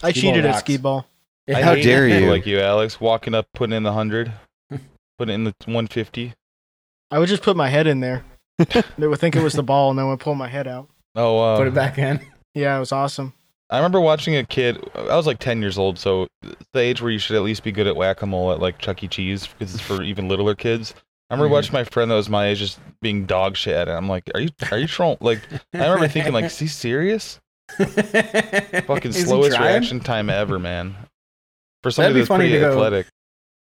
I
Skee-ball
cheated at
rocks.
skee ball.
I
How
hate
dare
people
you.
Like you, Alex, walking up, putting in the hundred, putting in the one fifty.
I would just put my head in there. they would think it was the ball, and then would pull my head out.
Oh, uh,
Put it back in.
Yeah, it was awesome.
I remember watching a kid. I was like ten years old, so it's the age where you should at least be good at whack a mole at like Chuck E. Cheese because it's for even littler kids. I remember
Mhm.
watching my friend that was my age just being dog shit at it. I'm like, are you are you troll? Like I remember thinking like, is he serious? Fucking
Is he
slowest
trying?
reaction time ever, man. For somebody
be
that's
funny
pretty
to go-
athletic,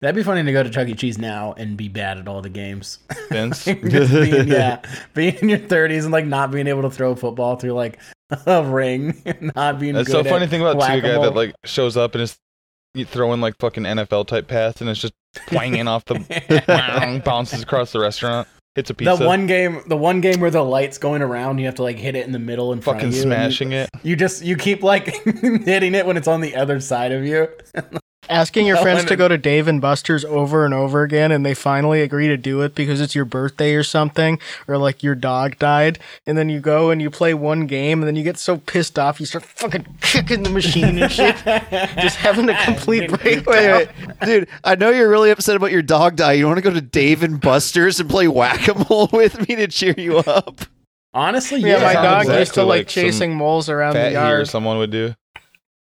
That'd be funny to go to Chuck E. Cheese now and be bad at all the games.
Vince.
Just being, yeah, being in your 30s and like not being able to throw a football through like a ring, not being.
That's so
good
funny
at
thing about too, a guy
whack-a-mole.
that like shows up and is you throwing like fucking NFL type pass and it's just twanging off the bang, bounces across the restaurant, hits a
the
pizza,
one game, the one game where the light's going around, you have to like hit it in the middle in front
fucking
of you. and you-
smashing it.
You just you keep like hitting it when it's on the other side of you.
Asking your
Well,
friends
and
to
it-
go to Dave and Buster's over and over again, and they finally agree to do it because it's your birthday or something, or like your dog died, and then you go and you play one game, and then you get so pissed off you start fucking kicking the machine and shit, just having a complete breakdown.
Wait, wait, dude! I know you're really upset about your dog die. You want to go to Dave and Buster's and play whack a mole with me to cheer you up?
Honestly,
Yeah,
yeah.
my
sounds
dog
exactly
used to like,
like some
chasing moles around
Fat
the
here,
yard.
someone would do.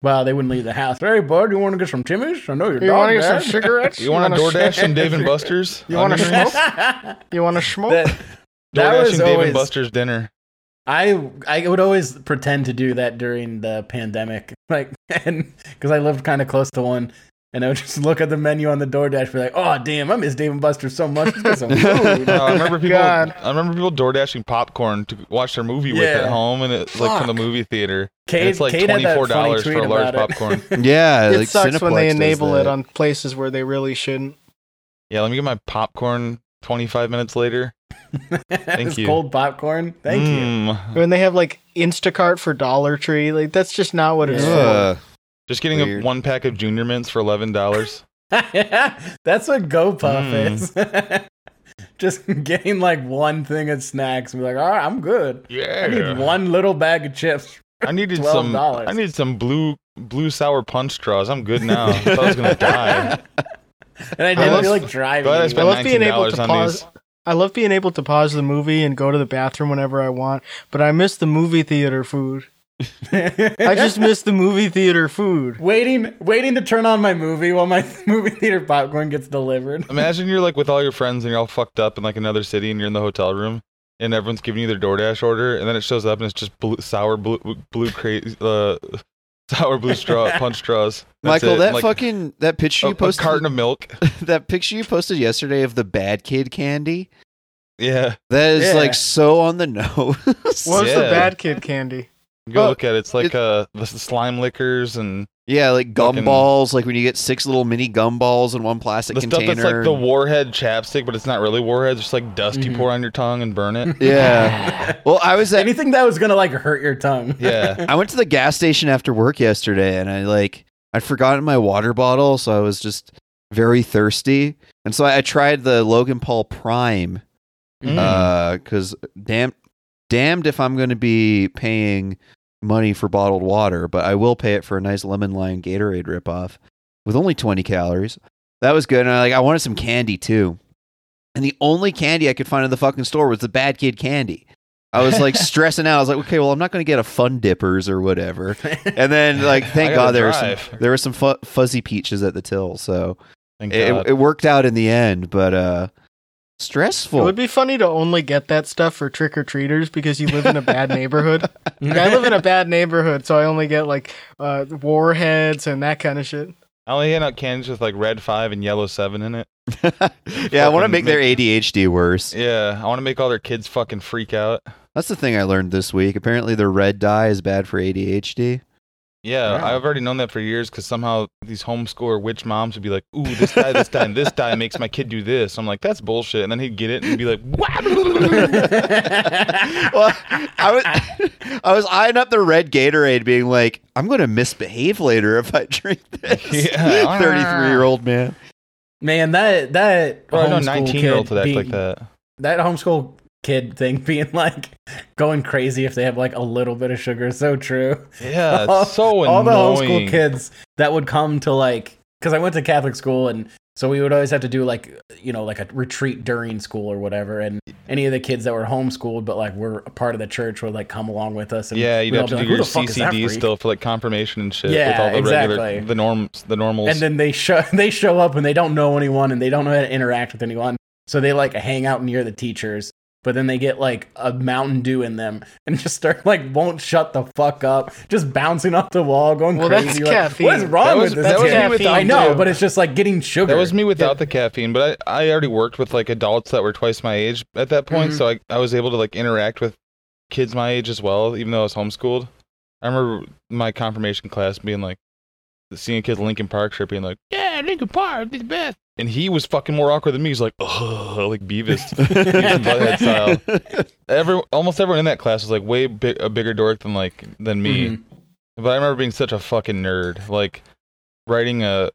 Well, they wouldn't leave the house. Hey, bud, you want to get some Timmy's? I know your
You
dog.
want to get some
died.
cigarettes?
You want a
wanna
DoorDash
smoke?
and Dave and Buster's?
You wanna
Onion
smoke?
rings?
that,
You want to smoke?
that
DoorDash
was
and Dave
always
and Buster's dinner.
I I would always pretend to do that during the pandemic, like, and because I lived kind of close to one, and I would just look at the menu on the DoorDash, be like, "Oh, damn, I miss Dave and Buster so much." Let's get some food."
No, I remember people.
God.
I remember people DoorDashing popcorn to watch their movie with
Yeah.
at home, and it's like from the movie theater.
Cade,
it's like
Cade had that funny
$24 for a
tweet
large
about it.
popcorn.
Yeah,
it sucks when they enable it on places where they really shouldn't.
Yeah, let me get my popcorn 25 minutes later.
It's
you.
cold popcorn. Thank you.
Mm.
When they have like Instacart for Dollar Tree, like that's just not what it's for.
Ugh.
Just getting
Weird.
a one pack of Junior Mints for $11. Mm.
That's what GoPuff is. Just getting like one thing of snacks and be like, all right, I'm good.
yeah.
I need one little bag of chips.
I needed some.
$12.
I needed some blue blue sour punch straws. I'm good now. Oh, I thought I was gonna die.
And I didn't
love-
feel like driving.
glad I
I
spent
love being able
$19
to
on
pause.
these.
I love being able to pause the movie and go to the bathroom whenever I want, but I miss the movie theater food. I just miss the movie theater food.
waiting, waiting to turn on my movie while my movie theater popcorn gets delivered.
Imagine you're like with all your friends and you're all fucked up in like another city and you're in the hotel room and everyone's giving you their DoorDash order and then it shows up and it's just blue, sour blue blue cra- uh, sour blue straw punch straws. That's
Michael,
it.
that
Like,
fucking that picture
a,
you
a
posted
carton of milk.
that picture you posted yesterday of the bad kid candy.
Yeah,
That is
Yeah.
like so on the nose.
What was the
Yeah.
bad kid candy?
go
Oh,
look at it. It's like
it-
uh the slime liquors and
Yeah, like
Fucking-
gumballs, like when you get six little mini gumballs in one plastic
the
container. Mm-hmm.
stuff that's like the warhead chapstick, but it's not really warhead. It's just like dust you
Mhm.
pour on your tongue and burn it.
yeah. Well, I was at
Anything that was gonna like hurt your tongue.
yeah.
I went to the gas station after work yesterday and I like I'd forgotten my water bottle, so I was just very thirsty. And so I, I tried the Logan Paul Prime
Hmm.
Mm.
Uh 'cause damn damned if I'm going to be paying money for bottled water, but I will pay it for a nice lemon lime Gatorade ripoff with only 20 calories. That was good. And I like I wanted some candy too. And the only candy I could find in the fucking store was the bad kid candy. I was like stressing out. I was like, okay, well, I'm not going to get a Fun Dippers or whatever. And then, like, thank
I gotta
God there were some
drive.
there were some fu- fuzzy peaches at the till, so
Thank God.
it, it worked out in the end. But uh, stressful.
It would be funny to only get that stuff for trick or treaters because you live in a bad neighborhood. Like, I live in a bad neighborhood, so I only get like uh, warheads and that kind of shit.
I only hand out candies with like red five and yellow seven in it.
yeah, I want to
Fucking
make their ADHD worse.
Yeah, I want to make all their kids fucking freak out.
That's the thing I learned this week. Apparently, the red dye is bad for ADHD.
Yeah,
Wow.
I've already known that for years because somehow these homeschooler witch moms would be like, "Ooh, this guy, this guy, and this guy makes my kid do this." I'm like, "That's bullshit," and then he'd get it and be like, "What?"
Well, I was I was eyeing up the red Gatorade, being like, "I'm going to misbehave later if I drink this."
Yeah.
Thirty-three year old man.
Man, that that
Well, I know
homeschool
19 year olds
kid
that act
being-
like that.
That homeschool kid thing being like going crazy if they have like a little bit of sugar. is So true.
Yeah,
All-
it's so
All
annoying.
the homeschool kids that would come to like because I went to Catholic school and so we would always have to do like you know like a retreat during school or whatever. And any of the kids that were homeschooled but like were a part of the church would like come along with us. And
Yeah, you'd
we'd all
have to
be like,
do
"Who
your
the fuck is that
CCD
freak?"
still for like confirmation and shit with
Yeah,
all the
exactly.
regular, the norms, the normals.
and then they show they show up and they don't know anyone and they don't know how to interact with anyone so they like hang out near the teachers but then they get like a mountain dew in them and just start like won't shut the fuck up just bouncing off the wall going
Well, that's
crazy like, what is
caffeine.
wrong
That
with
was-
this
that was
kid?
me without
i know
the-
but it's just like getting sugar
That was me without the caffeine, but I, I already worked with like adults that were twice my age at that point, so I, I was able to like interact with kids my age as well, even though I was homeschooled. I remember my confirmation class being like seeing kids at Lincoln Park shirt being like, Yeah, Lincoln Park is the best and he was fucking more awkward than me. He's like, Ugh like Beavis. Butthead style. Every almost everyone in that class was like way big, a bigger dork than like than me.
Mhm.
But I remember being such a fucking nerd, like writing a.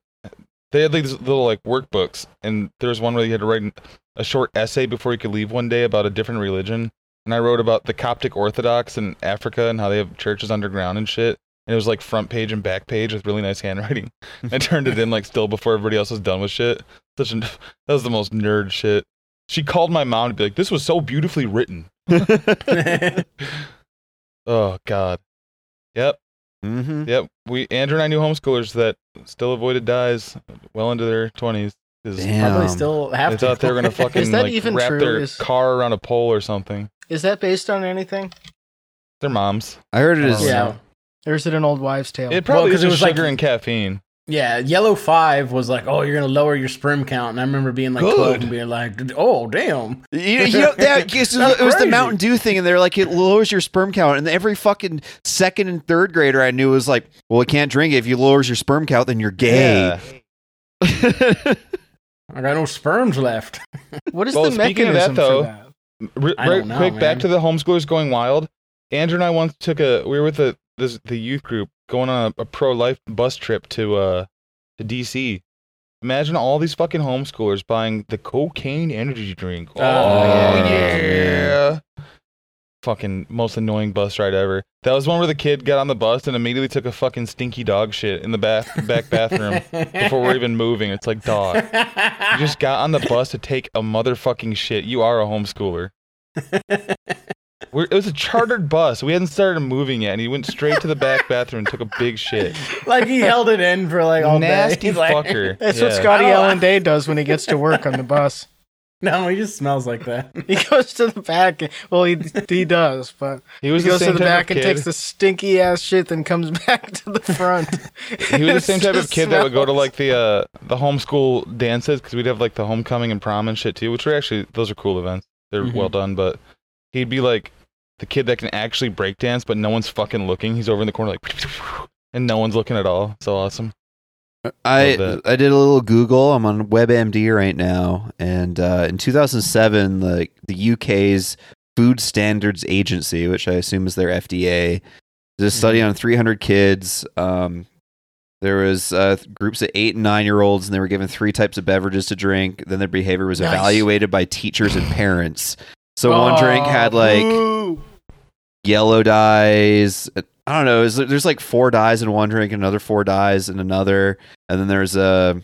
They had like these little like workbooks, and there was one where you had to write an- a short essay before you could leave one day about a different religion. And I wrote about the Coptic Orthodox in Africa and how they have churches underground and shit. And it was like front page and back page with really nice handwriting. I turned it in like still before everybody else was done with shit. Such a, that was the most nerd shit. She called my mom to be like, "This was so beautifully written." Oh God. Yep.
hmm
Yep, we Andrew and I knew homeschoolers that still avoided dyes well into their twenties because they
Damn.
probably still have to
thought they were gonna fucking
Is that
like,
even
wrap
true?
their
Is-
car around a pole or something.
Is that based on anything,
Their moms.
I heard it is.
Oh, yeah
or is it an old wives' tale?
It probably
'cause
is
it
just
was, like-
sugar and caffeine.
yeah yellow five was like oh you're gonna lower your sperm count and i remember being like
Good.
12 and being like oh damn
You, you know, that, it was
That's
it was the
crazy.
Mountain Dew thing, and they're like, it lowers your sperm count. And every fucking second and third grader I knew was like, well, I can't drink it. If you lowers your sperm count, then you're gay.
Yeah.
I got no sperms left.
What is
Well,
the
speaking
mechanism
of that, though,
for that?
Re-
I don't
real
know,
quick,
man.
back to the homeschoolers going wild. Andrew and I once took a. We were with the this, the youth group going on a, a pro life bus trip to uh to DC. Imagine all these fucking homeschoolers buying the cocaine energy drink.
Oh,
Oh,
yeah.
yeah. Fucking most annoying bus ride ever. That was one where the kid got on the bus and immediately took a fucking stinky dog shit in the bath back bathroom before we're even moving. It's like dog. You just got on the bus to take a motherfucking shit. You are a homeschooler. We're, it was a chartered bus. We hadn't started moving yet, and he went straight to the back bathroom and took a big shit.
like he held it in for like all day.
Nasty
He's like-
fucker.
That's what
Yeah.
Scotty
I don't-
Allen Day does when he gets to work on the bus.
No, he just smells like that.
He goes to the back. and- Well, he he does, but
He was
he
the
goes to
same
the
type
back
of
and
kid.
takes the stinky ass shit, then comes back to the front.
he was the same
It
type of
just
kid that would go to
smells.
like the uh, the homeschool dances because we'd have like the homecoming and prom and shit too, which were actually those are cool events. They're
Mhm.
Mm-hmm.
well done, but he'd be like the kid that can actually break dance, but no one's fucking looking. He's over in the corner like, and no one's looking at all. So awesome.
I
Love
I did a little Google. I'm on WebMD right now, and uh, in 2007, the the UK's Food Standards Agency, which I assume is their FDA, did a study on 300 kids. Um, there was uh, th- groups of eight and nine year olds, and they were given three types of beverages to drink. Then their behavior was
Nice.
evaluated by teachers and parents. So one drink had like
Oh, Boo.
yellow dyes. I don't know. Is there, there's like four dyes in one drink, and another four dyes in another, and then there's a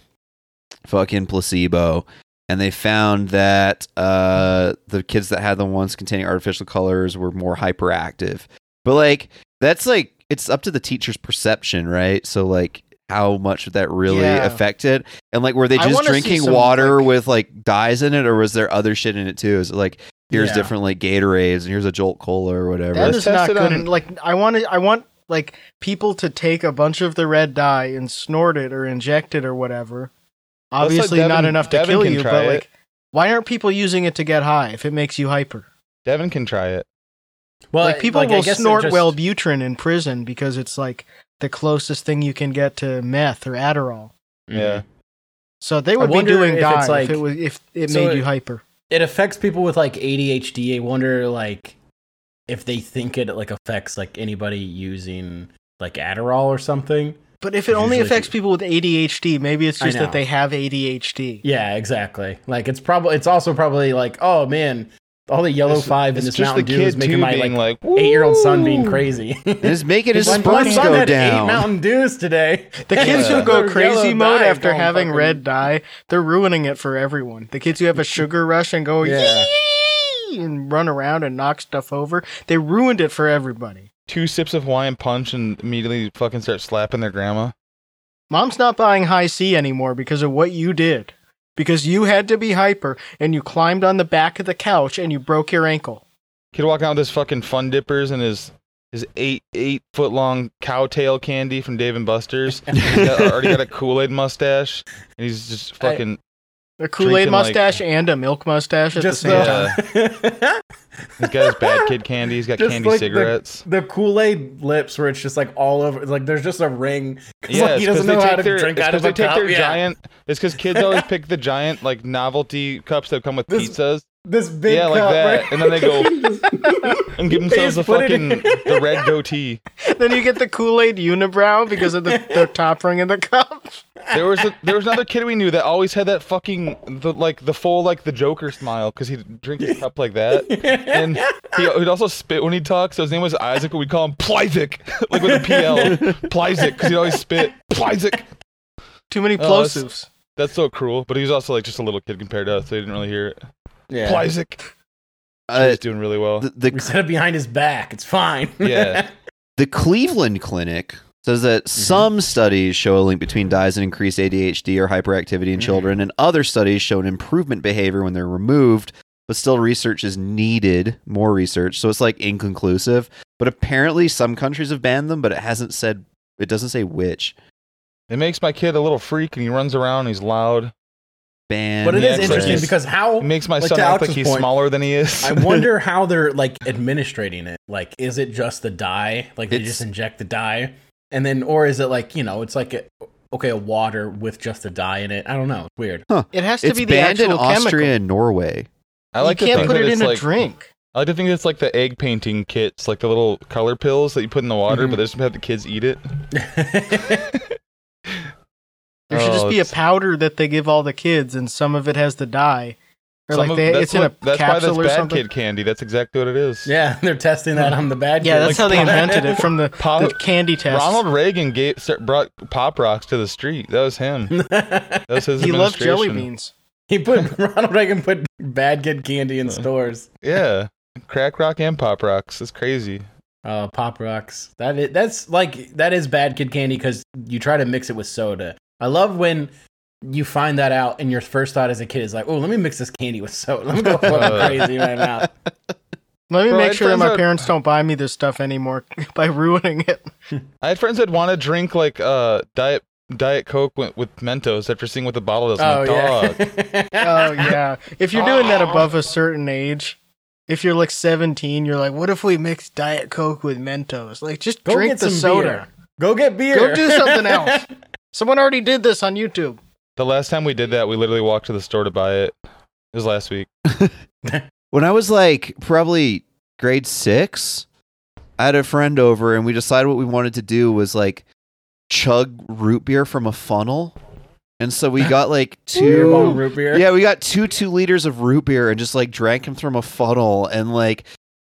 fucking placebo. And they found that uh, the kids that had the ones containing artificial colors were more hyperactive. But like that's like it's up to the teacher's perception, right? So like how much that really
Yeah.
affected, and like were they
I
just
wanna see
drinking
some,
water
like-
with like dyes in it, or was there other shit in it too? Is it like here's
Yeah.
different like Gatorades and here's a Jolt Cola or whatever?
That
Let's
is
test
not
it
good.
on-
And, Like I want to, I want like people to take a bunch of the red dye and snort it or inject it or whatever.
Let's let
Obviously, not
Devin-
enough to
Devin
kill
can
you,
try
but
it.
like, why aren't people using it to get high if it makes you hyper?
Devin can try it.
Well,
like people
I
will
guess it
snort
just-
Wellbutrin in prison because it's like the closest thing you can get to meth or Adderall.
Yeah.
So they
I
would be
wonder
doing
if
dye
it's, like-
if it was if it
So
made
it-
you hyper.
It affects people with like ADHD. I wonder like if they think it like affects like anybody using like Adderall or something.
But if it only
Usually-
affects people with ADHD, maybe it's
I
just
know.
that they have ADHD.
Yeah, exactly. Like it's probably it's also probably like oh man, all the yellow
It's-
five in this Mountain Dew is making
too,
my
being
like
like,
eight year old son
"Woo!"
being crazy.
And it's making his
My- my
sperms
son
go
had Eight
down.
Mountain Dews today.
The kids
Yeah.
who go
Their
crazy
yellow
mode
dye
after
don't
having
fucking-
red dye, they're ruining it for everyone. The kids who have a sugar rush and go
Yeah.
"Yee!" and run around and knock stuff over, they ruined it for everybody.
two sips of Hawaiian punch and immediately fucking start slapping their grandma.
Mom's not buying high C anymore because of what you did. Because you had to be hyper and you climbed on the back of the couch and you broke your ankle.
Kid walking out with his fucking fun dippers and his his eight eight foot long cow tail candy from Dave and Buster's. He's got, already got a Kool Aid mustache and he's just
I-
fucking
A Kool Aid
Drinking, like-
mustache and a milk mustache at
Just
the same
the-
time.
the,
he's got his bad kid candy. He's got
Just
candy
like the-
cigarettes.
the Kool Aid lips where it's just like all over. it's Like there's just a ring. 'Cause,
Yeah,
like,
it's
he doesn't
'cause they
know how
take
to
their,
drink
it's
out
'cause
of a
they take
cup.
their
yeah.
giant. It's because kids always pick the giant like novelty cups that come with
This-
pizzas.
This big
Yeah,
cup,
like that.
right?
And then they go and give
just
themselves the
put it in.
fucking the red goatee.
Then you get the Kool Aid unibrow because of the, the top ring of the cup.
There was a, there was another kid we knew that always had that fucking the like the full like the Joker smile because he'd drink his cup like that, and he, would also spit when he talked. So his name was Isaac, but we would call him Plyzik, like with a PL, Plyzik, because he'd always spit Plyzik.
Too many
Oh, that's-
plosives.
That's so cruel, but he was also like just a little kid compared to us, so he didn't really hear it.
Yeah.
Plyzik,
Uh,
he's doing really well.
the, the
We said it behind his back. It's fine.
Yeah.
the Cleveland Clinic says that some studies show a link between dyes and increased ADHD or hyperactivity in
Mhm.
children, and other studies show an improvement behavior when they're removed. But still, research is needed. More research, so it's like inconclusive. But apparently, some countries have banned them, but it hasn't said. It doesn't say which
It makes my kid a little freak, and he runs around. He's loud.
ban.
but it
Yeah,
is
it's like
interesting
he's-
because how
It makes my
Like
son
to
act like
Alex's
he's
point,
smaller than he is.
I wonder how they're like administrating it. Like, is it just the dye? Like they
It's-
just inject the dye, and then, or is it like you know, it's like a, okay a water with just a dye in it. I don't know. It's weird.
It has to
It's
be the
banned in
actual chemical.
Austria and Norway.
I like
you
to
can't
think
put
that
it
it's
in a
like,
drink.
I like to think it's like the egg painting kits, like the little color pills that you put in the water,
Mhm.
Mm-hmm.
but they just have the kids eat it.
There should just
Oh,
be a
it's-
powder that they give all the kids, and some of it has the dye. Or
some
like
of-
they,
that's
it's in a
what- that's
capsule
why
or
that's bad
something.
kid candy. That's exactly what it is.
yeah, they're testing that on the bad.
Yeah, that's
kids.
how they invented it from the,
Pop-
the candy test.
Ronald Reagan gave st- brought pop rocks to the street. That was him. That was his.
he loved jelly
administration.
beans.
he put Ronald Reagan put bad kid candy in stores.
Yeah, crack rock and pop rocks. It's crazy.
Oh, pop rocks. That is that's like that is bad kid candy because you try to mix it with soda. I love when you find that out and your first thought as a kid is like, oh, let me mix this candy with soda. Let me go fucking crazy right now.
Let me
Bro,
make
it
sure that
turns
my
out-
parents don't buy me this stuff anymore by ruining it.
I had friends that want to drink like uh diet diet coke with, with Mentos after seeing what the bottle does.
Oh
I'm like, Dog.
yeah.
Oh yeah. If you're doing that above a certain age, if you're like 17, you're like, what if we mix Diet Coke with Mentos? Like, just
Go
drink
get
the
some
soda.
beer. Go get beer.
Go do something else. Someone already did this on YouTube.
the last time we did that, we literally walked to the store to buy it. It was last week.
When I was like probably grade six, I had a friend over and we decided what we wanted to do was like chug root beer from a funnel. And so we got like
Beer
two
bong root beer.
Yeah, we got two two liters of root beer and just like drank them from a funnel and like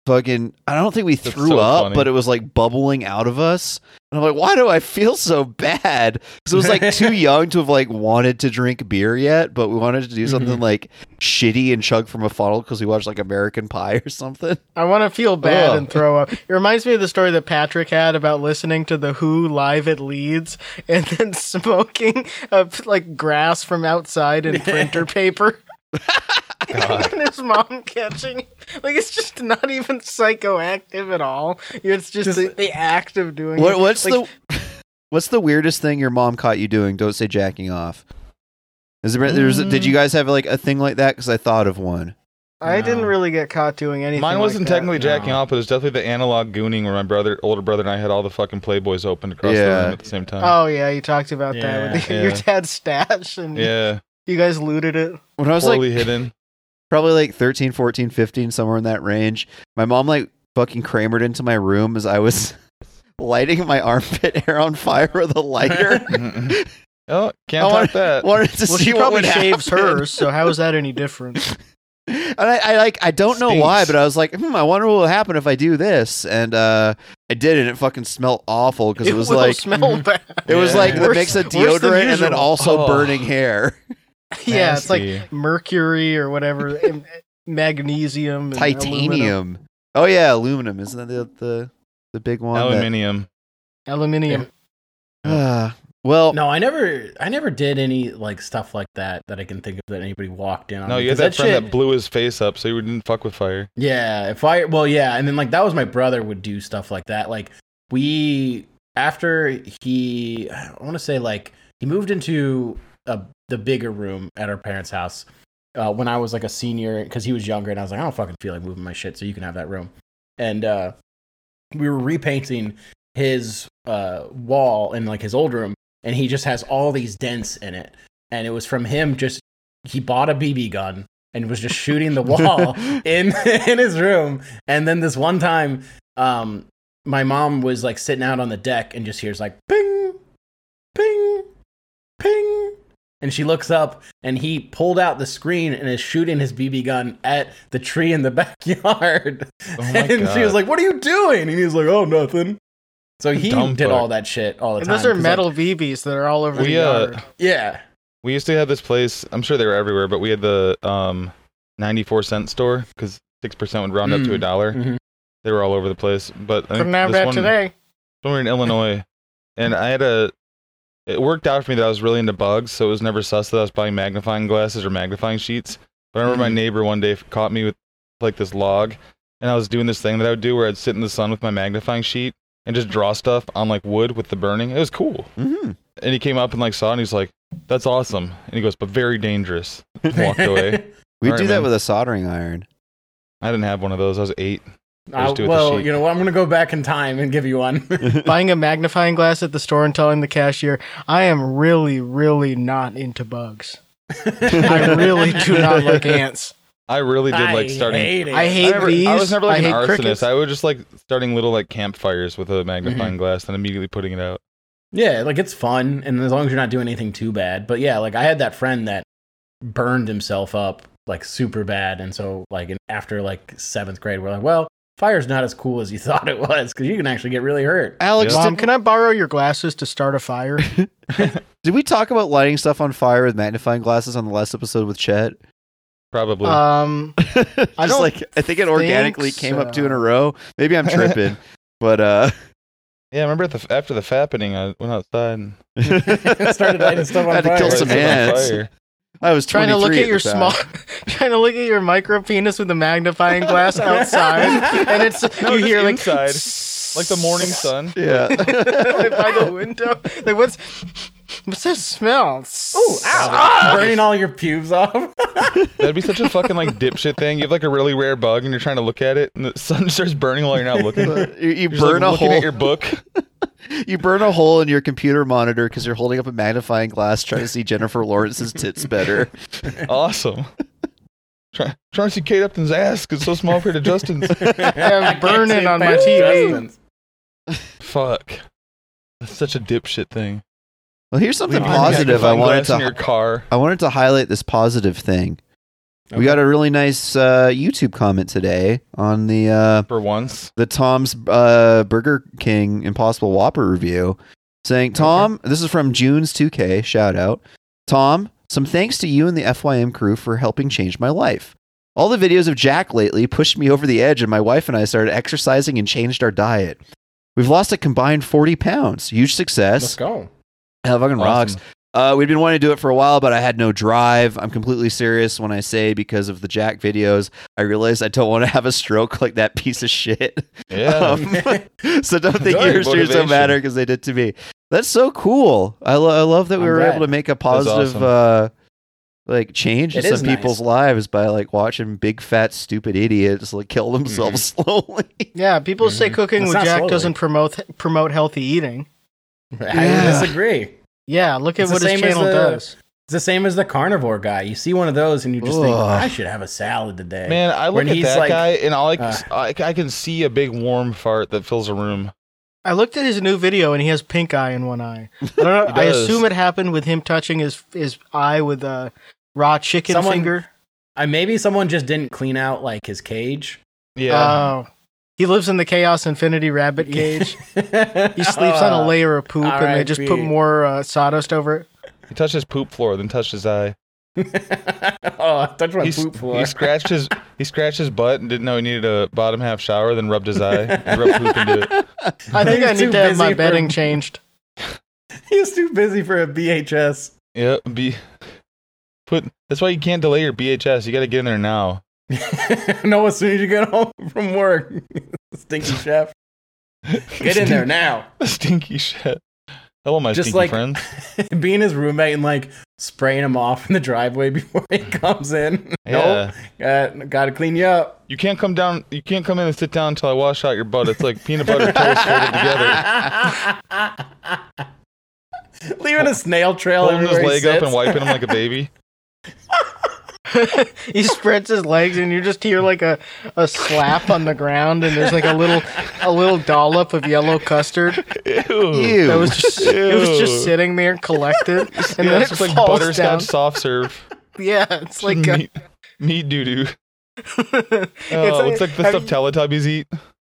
fucking. I don't think we
That's
threw
so
up,
funny.
but it was like bubbling out of us. And I'm like, why do I feel so bad? Because it was like too young to have like wanted to drink beer yet, but we wanted to
Mm-hmm.
do something like shitty and chug from a funnel because we watched like American Pie or something.
I want to feel bad
Ugh.
and throw up. It reminds me of the story that Patrick had about listening to the Who live at Leeds and then smoking uh, like grass from outside and printer paper. and his mom catching it. like it's just not even psychoactive at all. It's just,
Just-
the, the act of doing
What,
it.
what's
Like,
the What's the weirdest thing your mom caught you doing? Don't say jacking off. Is there, there's, did
Mm.
you guys have like a thing like that? Because I thought of one.
I didn't
No.
really get caught doing anything.
Mine
like
wasn't
that.
technically jacking
no.
off, but it was definitely the analog gooning where my brother, older brother, and I had all the fucking Playboys open across
Yeah.
the room at the same time.
Oh yeah, you talked about that with
Yeah.
your
Yeah.
dad's stash and
yeah,
you guys looted it.
When I was like
poorly hidden.
probably like 13 14 15 somewhere in that range my mom like fucking cramered into my room as i was lighting my armpit hair on fire with a lighter
oh, can't
I
top
wanna-
that.
wanted to
Well,
see
she
what
probably
would
shaves
happen.
hers, so how is that any different?
and I, I like i don't know why
Stinks.
but i was like hmm i wonder what will happen if i do this and uh i did and it fucking smelled awful because it, was
will
like
smell bad.
it was
Yeah.
like the
Worse-
mix
worse
of
than
deodorant and then
usual.
also
Oh.
burning hair
yeah, it's like
Nasty.
mercury or whatever, and eh, magnesium, and aluminum.
titanium oh yeah aluminum isn't that the the, the big one that-
aluminium.
Aluminium.
Ah, well
No, I never, I never did any like stuff like that that I can think of that anybody walked in on.
No, you had
because
that friend
Um, shit-
that blew his face up, so you didn't fuck with fire.
Yeah, if I well, yeah, and then like that was my brother would do stuff like that. Like we after he, I want to say like he moved into a, the bigger room at our parents' house uh, when I was like a senior because he was younger, and I was like, I don't fucking feel like moving my shit, so you can have that room. And uh, we were repainting his uh, wall in like his old room, and he just has all these dents in it, and it was from him just he bought a BB gun and was just shooting the wall in in his room. And then this one time, um, my mom was like sitting out on the deck and just hears like ping, ping, ping, and she looks up and he pulled out the screen and is shooting his BB gun at the tree in the backyard.
Oh my
and she was
God.
like, "What are you doing?" And he was like, "Oh, nothing." So he
Dumb
did
fuck.
all that shit all the
And
time.
those are
'cause, like,
metal BBs that are all over the
We, uh,
yard.
yeah.
We used to have this place. I'm sure they were everywhere, but we had the um, 94 cent store because six percent would round up to
Mm.
a dollar.
Mhm.
They were all over the place. But I
Couldn't
think
have
this
that
one,
today.
when we were in Illinois, and I had a. It worked out for me that I was really into bugs, so it was never sus that I was buying magnifying glasses or magnifying sheets. But I remember my neighbor one day caught me with like this log, and I was doing this thing that I would do where I'd sit in the sun with my magnifying sheet and just draw stuff on like wood with the burning. It was cool.
mhm.
And he came up and like saw it, and he's like, "That's awesome," and he goes, "But very dangerous." Walked away.
We
All
do that
right, man.
with a soldering iron.
I didn't have one of those. I was eight. Or just
Uh,
do it the
well,
sheep.
you know what? I'm gonna go back in time and give you one.
Buying a magnifying glass at the store and telling the cashier, I am really, really not into bugs. I really do not like ants.
I really did
I
like starting.
hate it.
I
I,
hate
never-
bees.
I was never like
I
an
hate
arsonist.
crickets. Mm-hmm.
I was just like starting little like campfires with a magnifying glass and immediately putting it out.
Yeah, like it's fun, and as long as you're not doing anything too bad. But yeah, like I had that friend that burned himself up like super bad, and so like in, after like seventh grade, we're like, well, fire's not as cool as you thought it was because you can actually get really hurt.
Alex,
Mom,
did,
can I borrow your glasses to start a fire?
did we talk about lighting stuff on fire with magnifying glasses on the last episode with Chet?
Probably.
um,
Just
I don't
like I think it organically
think
came up two in a
so.
row. Maybe I'm tripping, but uh,
yeah, I remember at the, after the fappening, I went outside and
Started lighting stuff on
I had to kill
fire.
some
Set it on
ants.
fire.
I was
trying to look
23
at your
the
small,
time.
trying to look at your micro penis with a magnifying glass outside, and it's
No,
you
just
hear like
inside, like the morning sun.
Yeah.
by the window. Like what's what's that smell?
Ooh,
Ah!
ow! Burning all your pubes off.
That'd be such a fucking like dipshit thing. You have like a really rare bug and you're trying to look at it, and the sun starts burning while you're not looking. You're
you you
just, like,
burn a
looking
hole.
at your book.
you burn a hole in your computer monitor because you're holding up a magnifying glass trying to see Jennifer Lawrence's tits better.
Awesome. Try, trying to see Kate Upton's ass. 'cause It's so small compared to Justin's.
I'm burning on my TV.
Fuck. That's such a dipshit thing.
Well, here's something
Leave your
positive I
Magnifying
wanted
glass in your
to
car.
I wanted to highlight this positive thing. We
Okay.
got a really nice uh, YouTube comment today on the uh,
for once.
the Tom's uh, Burger King Impossible Whopper review, saying, Tom, this is from June's 2K, shout out. Tom, some thanks to you and the FYM crew for helping change my life. All the videos of Jack lately pushed me over the edge, and my wife and I started exercising and changed our diet. We've lost a combined 40 pounds. Huge
Let's
success.
go.
Hell fucking rocks.
Awesome.
Uh, we'd been wanting to do it for a while, but I had no drive. I'm completely serious when I say because of the Jack videos, I realized I don't want to have a stroke like that piece of shit.
Yeah.
Um, so don't think
Very
yours yours don't
motivation.
matter because they did to me. That's so cool. I, lo- I love that we
I'm
were
glad.
able to make a positive uh,
awesome.
like change in
It is
some people's lives by like watching big fat stupid idiots like kill themselves
Mm-hmm.
slowly.
Yeah, people say
Mhm.
cooking
It's
with
not
Jack
slowly.
doesn't promote promote healthy eating.
I
Yeah.
disagree. It's
Yeah, look at
It's the
what his
same as
channel
the-
does.
the same as the carnivore guy. You see one of those and you just think,
Ugh.
I should have a salad today.
Man, I look
When
at
he's
that
like,
guy and all I, c-
uh,
I, I can see a big warm fart that fills a room.
I looked at his new video and he has pink eye in one eye. I don't know.
He
I
does.
assume it happened with him touching his his eye with a raw chicken
Someone-
finger.
I maybe someone just didn't clean out like his cage.
Yeah.
Uh,
Oh. He lives in the Chaos Infinity rabbit cage. He sleeps
Uh,
on a
Uh,
layer of poop and they just put
R.I.P..
more uh, sawdust over it.
he touched his poop floor, then touched his eye.
oh, touch my
He, s-
poop floor.
he scratched his he scratched his butt and didn't know he needed a bottom half shower, then rubbed his eye. He rubbed poop into it.
I think I
He's too
need to have
busy
my
for-
bedding changed.
He's too busy for a BHS.
Yeah, be put that's why you can't delay your BHS. You gotta get in there now.
no, as soon as you get home from work, stinky chef, get in there now.
Stinky shit. Hello my
Just
stinky
like-
friends.
Being his roommate and like spraying him off in the driveway before he comes in.
Yeah.
Nope, uh, gotta clean you up.
You can't come down you can't come in and sit down until I wash out your butt. It's like peanut butter toast folded together.
Leaving a snail trail
Holding his
everywhere he
leg up
sits.
and wiping him like a baby.
he spreads his legs and you just hear like a, a slap on the ground and there's like a little a little dollop of yellow custard
Ew.
that was just it was just sitting there collected and
yeah,
then
it's
it
just like
falls
butterscotch
down.
soft serve.
Yeah, it's like uh, a,
meat, meat doo doo.
it's,
Oh, it's, like the
have
stuff
you-
Teletubbies eat.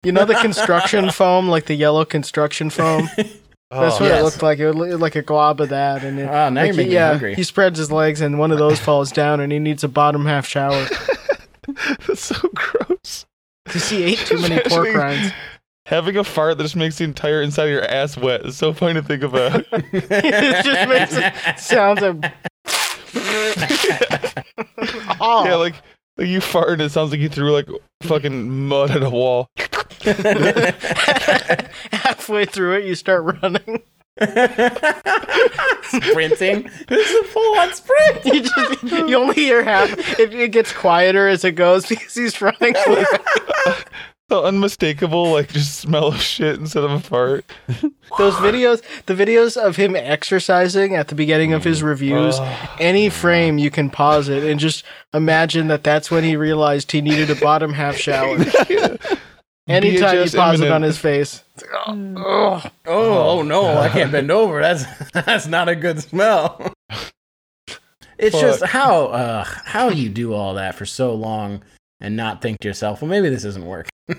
You know the construction foam, like the yellow construction foam.
Oh.
That's what it
Oh, yes.
looked like. It looked like a glob of that, and it,
Oh, now you're
like,
making me
yeah,
hungry.
he spreads his legs, and one of those falls down, and he needs a bottom half shower
That's so gross.
because he ate too many pork
Especially-
rinds.
Having a fart that just makes the entire inside of your ass wet is so funny to think about.
it just makes it sounds of oh,
yeah, like, like you fart and it sounds like you threw like fucking mud at a wall.
halfway through it, you start running.
Sprinting. This is a full-on sprint.
You just you only hear half. It, it gets quieter as it goes because he's running.
the unmistakable like just smell of shit instead of a fart.
Those videos, the videos of him exercising at the beginning of his reviews,
Ugh.
any frame you can pause it and just imagine that that's when he realized he needed a bottom half shower. Anytime you
VHS
pause it
imminent.
on his face.
Oh, oh no, I can't bend over. That's that's not a good smell. It's just
Fuck.
how uh, how you do all that for so long and not think to yourself, well, maybe this isn't work.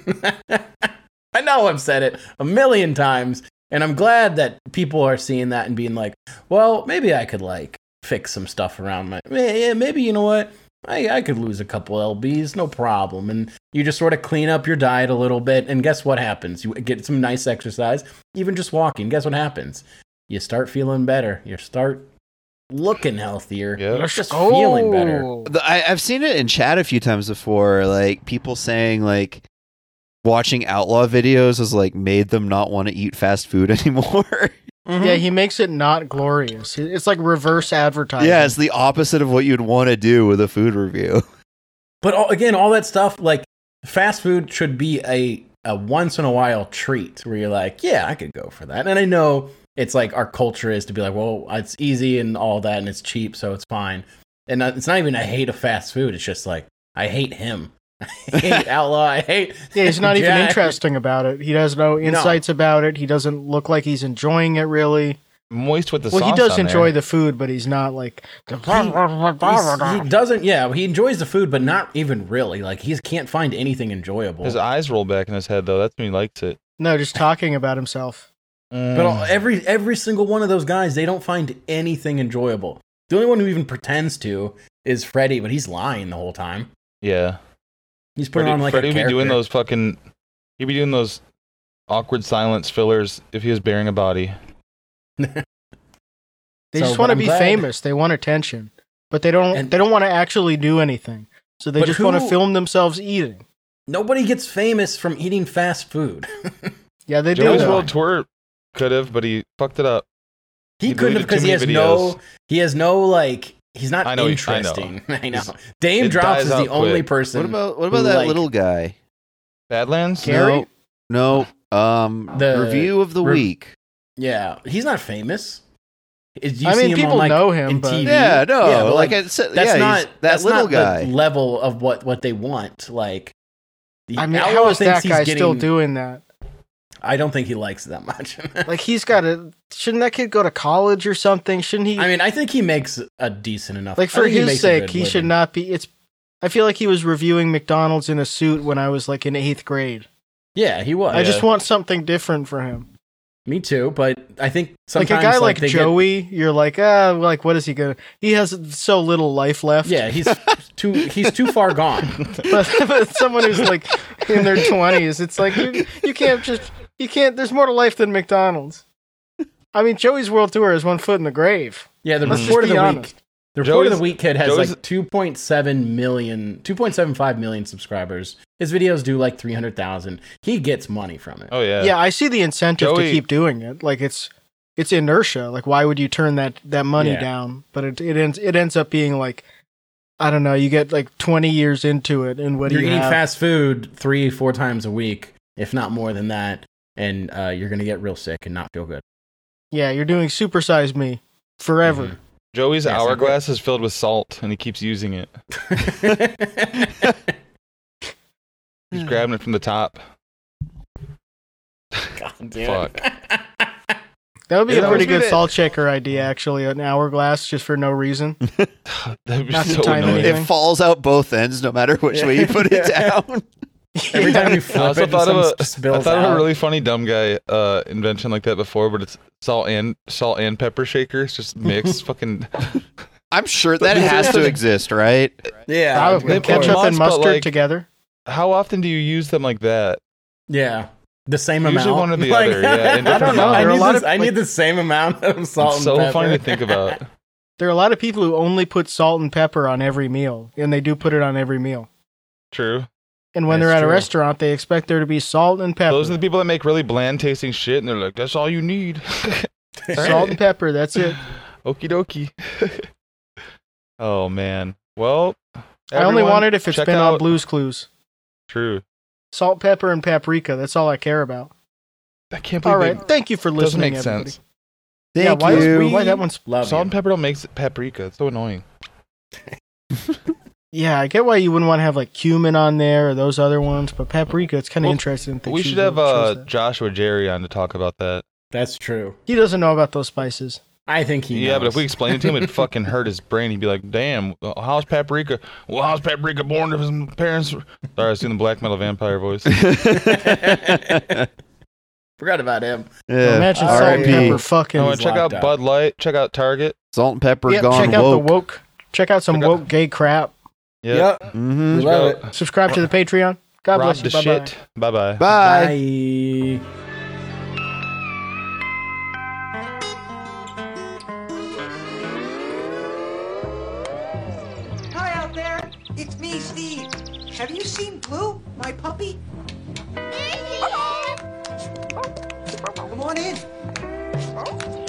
I know I've said it a million times, and I'm glad that people are seeing that and being like, well, maybe I could like fix some stuff around my. Yeah, yeah, maybe you know what. I, I could lose a couple lbs, no problem. And you just sort of clean up your diet a little bit, and guess what happens? You get some nice exercise, even just walking, guess what happens? You start feeling better. You start looking healthier.
Yeah.
You're just feeling better.
Oh.
The- I, I've seen it in chat a few times before, like people saying like watching outlaw videos has like made them not want to eat fast food anymore.
Yeah, he makes it not glorious. It's like reverse advertising.
yeah, it's the opposite of what you'd want to do with a food review.
But all, again, all that stuff like fast food should be a a once in a while treat where you're like, yeah, I could go for that. And I know it's like our culture is to be like, well, it's easy and all that, and it's cheap, so it's fine. And uh, it's not even I hate a fast food. It's just like I hate him. I hate outlaw. I hate.
Yeah, he's not even
Jack.
interesting about it. He has no insights about it. He doesn't look like he's enjoying it really.
Moist with the
well,
sauce.
he does
on
enjoy
there.
the food, but he's not like.
He's- he doesn't. Yeah, he enjoys the food, but not even really. Like he can't find anything enjoyable.
His eyes roll back in his head though. That's when he likes it.
No, just talking about himself.
But
Mm.
all, every every single one of those guys, they don't find anything enjoyable. The only one who even pretends to is Freddy, but he's lying the whole time.
yeah.
He's putting
Freddie,
on like
Freddie
a
would be
character.
doing those fucking. He'd be doing those awkward silence fillers if he was bearing a body.
They
So,
just
but
want to
I'm
be
glad-
famous. They want attention, but they don't.
And-
they don't want to actually do anything. So they
But
just want to
who-
film themselves eating.
Nobody gets famous from eating fast food.
Yeah, they do.
Joey's
though.
World Tour could have, but he fucked it up.
He,
He
couldn't
deleted
have because
too
he has
many
no. He has no like. He's not
I know, I know.
interesting. I know.
It's-
Dame
it
Drops
dies
is the
out
only
quick.
person.
What about what about
who,
that
like-
little guy?
Badlands.
Gary?
No, no. Um,
The-
review of the
Re-
week.
Yeah, he's not famous. Is- do you
I
see
mean,
him
people
on, like,
know him,
in
but-
TV?
Yeah, no,
Yeah, but,
like,
like,
I said,
that's
yeah,
not
he's that
that's
little
not
guy.
the level of what what they want. Like, the
I mean,
Owl
how is
thinks
that
he's
guy still
getting-
doing that?
I don't think he likes it that much.
Like, he's got to. Shouldn't that kid go to college or something? Shouldn't he?
I mean, I think he makes a decent enough.
like
I
for
think
his
makes a
sake,
good
he should
living.
not be. It's. I feel like he was reviewing McDonald's in a suit when I was like in eighth grade.
Oh, Yeah, he was.
I just
Yeah.
want something different for him.
Me too, but I think sometimes
like a guy like,
they get-
Joey, you're like, ah, like what is he gonna? He has so little life left.
yeah, he's too he's too far gone.
but, but someone who's like in their twenties, it's like you, you can't just you can't. There's more to life than McDonald's. I mean, Joey's World Tour is one foot in the grave.
Yeah, the
Let's just
report of
be
the
honest.
week. The report of
Joey's-
the week kid has
Joey's-
like 2.7 million, 2.75 million subscribers. His videos do like 300,000. He gets money from it.
Oh yeah.
Yeah, I see the incentive
Joey-
to keep doing it. Like it's it's inertia. Like why would you turn that that money
Yeah.
down? But it it ends it ends up being like I don't know. You get like 20 years into it, and what
you're
do you
eating
have?
fast food three, four times a week, if not more than that, and uh, you're gonna get real sick and not feel good.
yeah, you're doing supersize me forever.
Mm-hmm.
Mhm.
Joey's
Yeah, it's not
hourglass is filled with salt, and he keeps using it. He's grabbing it from the top.
God damn.
That would be
Yeah,
a pretty
that would be
good
it.
salt shaker idea, actually. An hourglass just for no reason.
That'd be
Not to
so
time
annoying.
anything.
It falls out both ends, no matter which way you put it down.
Every time you
I
flip
also
it,
thought
some
of a,
s- spills
I thought
out.
of a really funny dumb guy uh, invention like that before, but it's salt and salt and pepper shakers just mixed. fucking
I'm sure that has to exist, right?
yeah,
Probably.
they put
Ketchup and
mustard, but,
mustard
like-
together.
how often do you use them like that?
yeah, the same
Usually
amount.
one or the other, yeah, in
I
different
don't know.
amounts.
I
There are a
need,
lot
this-
of,
I need
like-
the same amount of salt.
It's
and
so
pepper.
funny to think about.
There are a lot of people who only put salt and pepper on every meal, and they do put it on every meal.
True.
And when
That's
they're at
true.
a restaurant, they expect there to be salt and pepper.
Those are the people that make really bland tasting shit, and they're like, "That's all you need."
Salt and pepper, that's it.
Okie dokie. oh man. Well,
I only
everyone,
want it if it's
check
been on
out-
Blue's Clues.
True.
Salt, pepper, and paprika. That's all I care about.
I can't believe
All
they-
right. Thank you for
doesn't
listening,
make
everybody.
sense.
Thank
yeah, why,
you.
Is, why that one's.
Love you.
Salt and pepper don't make paprika. It's so annoying.
Yeah, I get why you wouldn't want to have like cumin on there or those other ones, but paprika, it's kind of
Well,
interesting. that
we
she
should have uh,
chose that.
Joshua Jerry on to talk about that.
That's true.
He doesn't know about those spices.
I think he.
yeah, but
knows.
if we explained it to him, it'd fucking hurt his brain. He'd be like, "Damn, how's paprika? Well, how's paprika born if his parents?" were-" Sorry, I was doing the black metal vampire voice.
forgot about him.
yeah.
Imagine salt and
R.I.P.
pepper fucking.
No, and check out
locked up.
Bud Light. Check out Target.
Salt and pepper
Yep,
gone
check out the
woke.
woke. Check out some
Check out-
woke gay crap.
Yeah.
Mm.
Mhm.
We love
Check out
Subscribe to the Patreon. God
Rob
bless
the
you. Bye bye.
shit. Bye bye.
Bye.
Bye.
Hi out there, it's me, Steve. Have you seen Blue, my puppy? Come on in.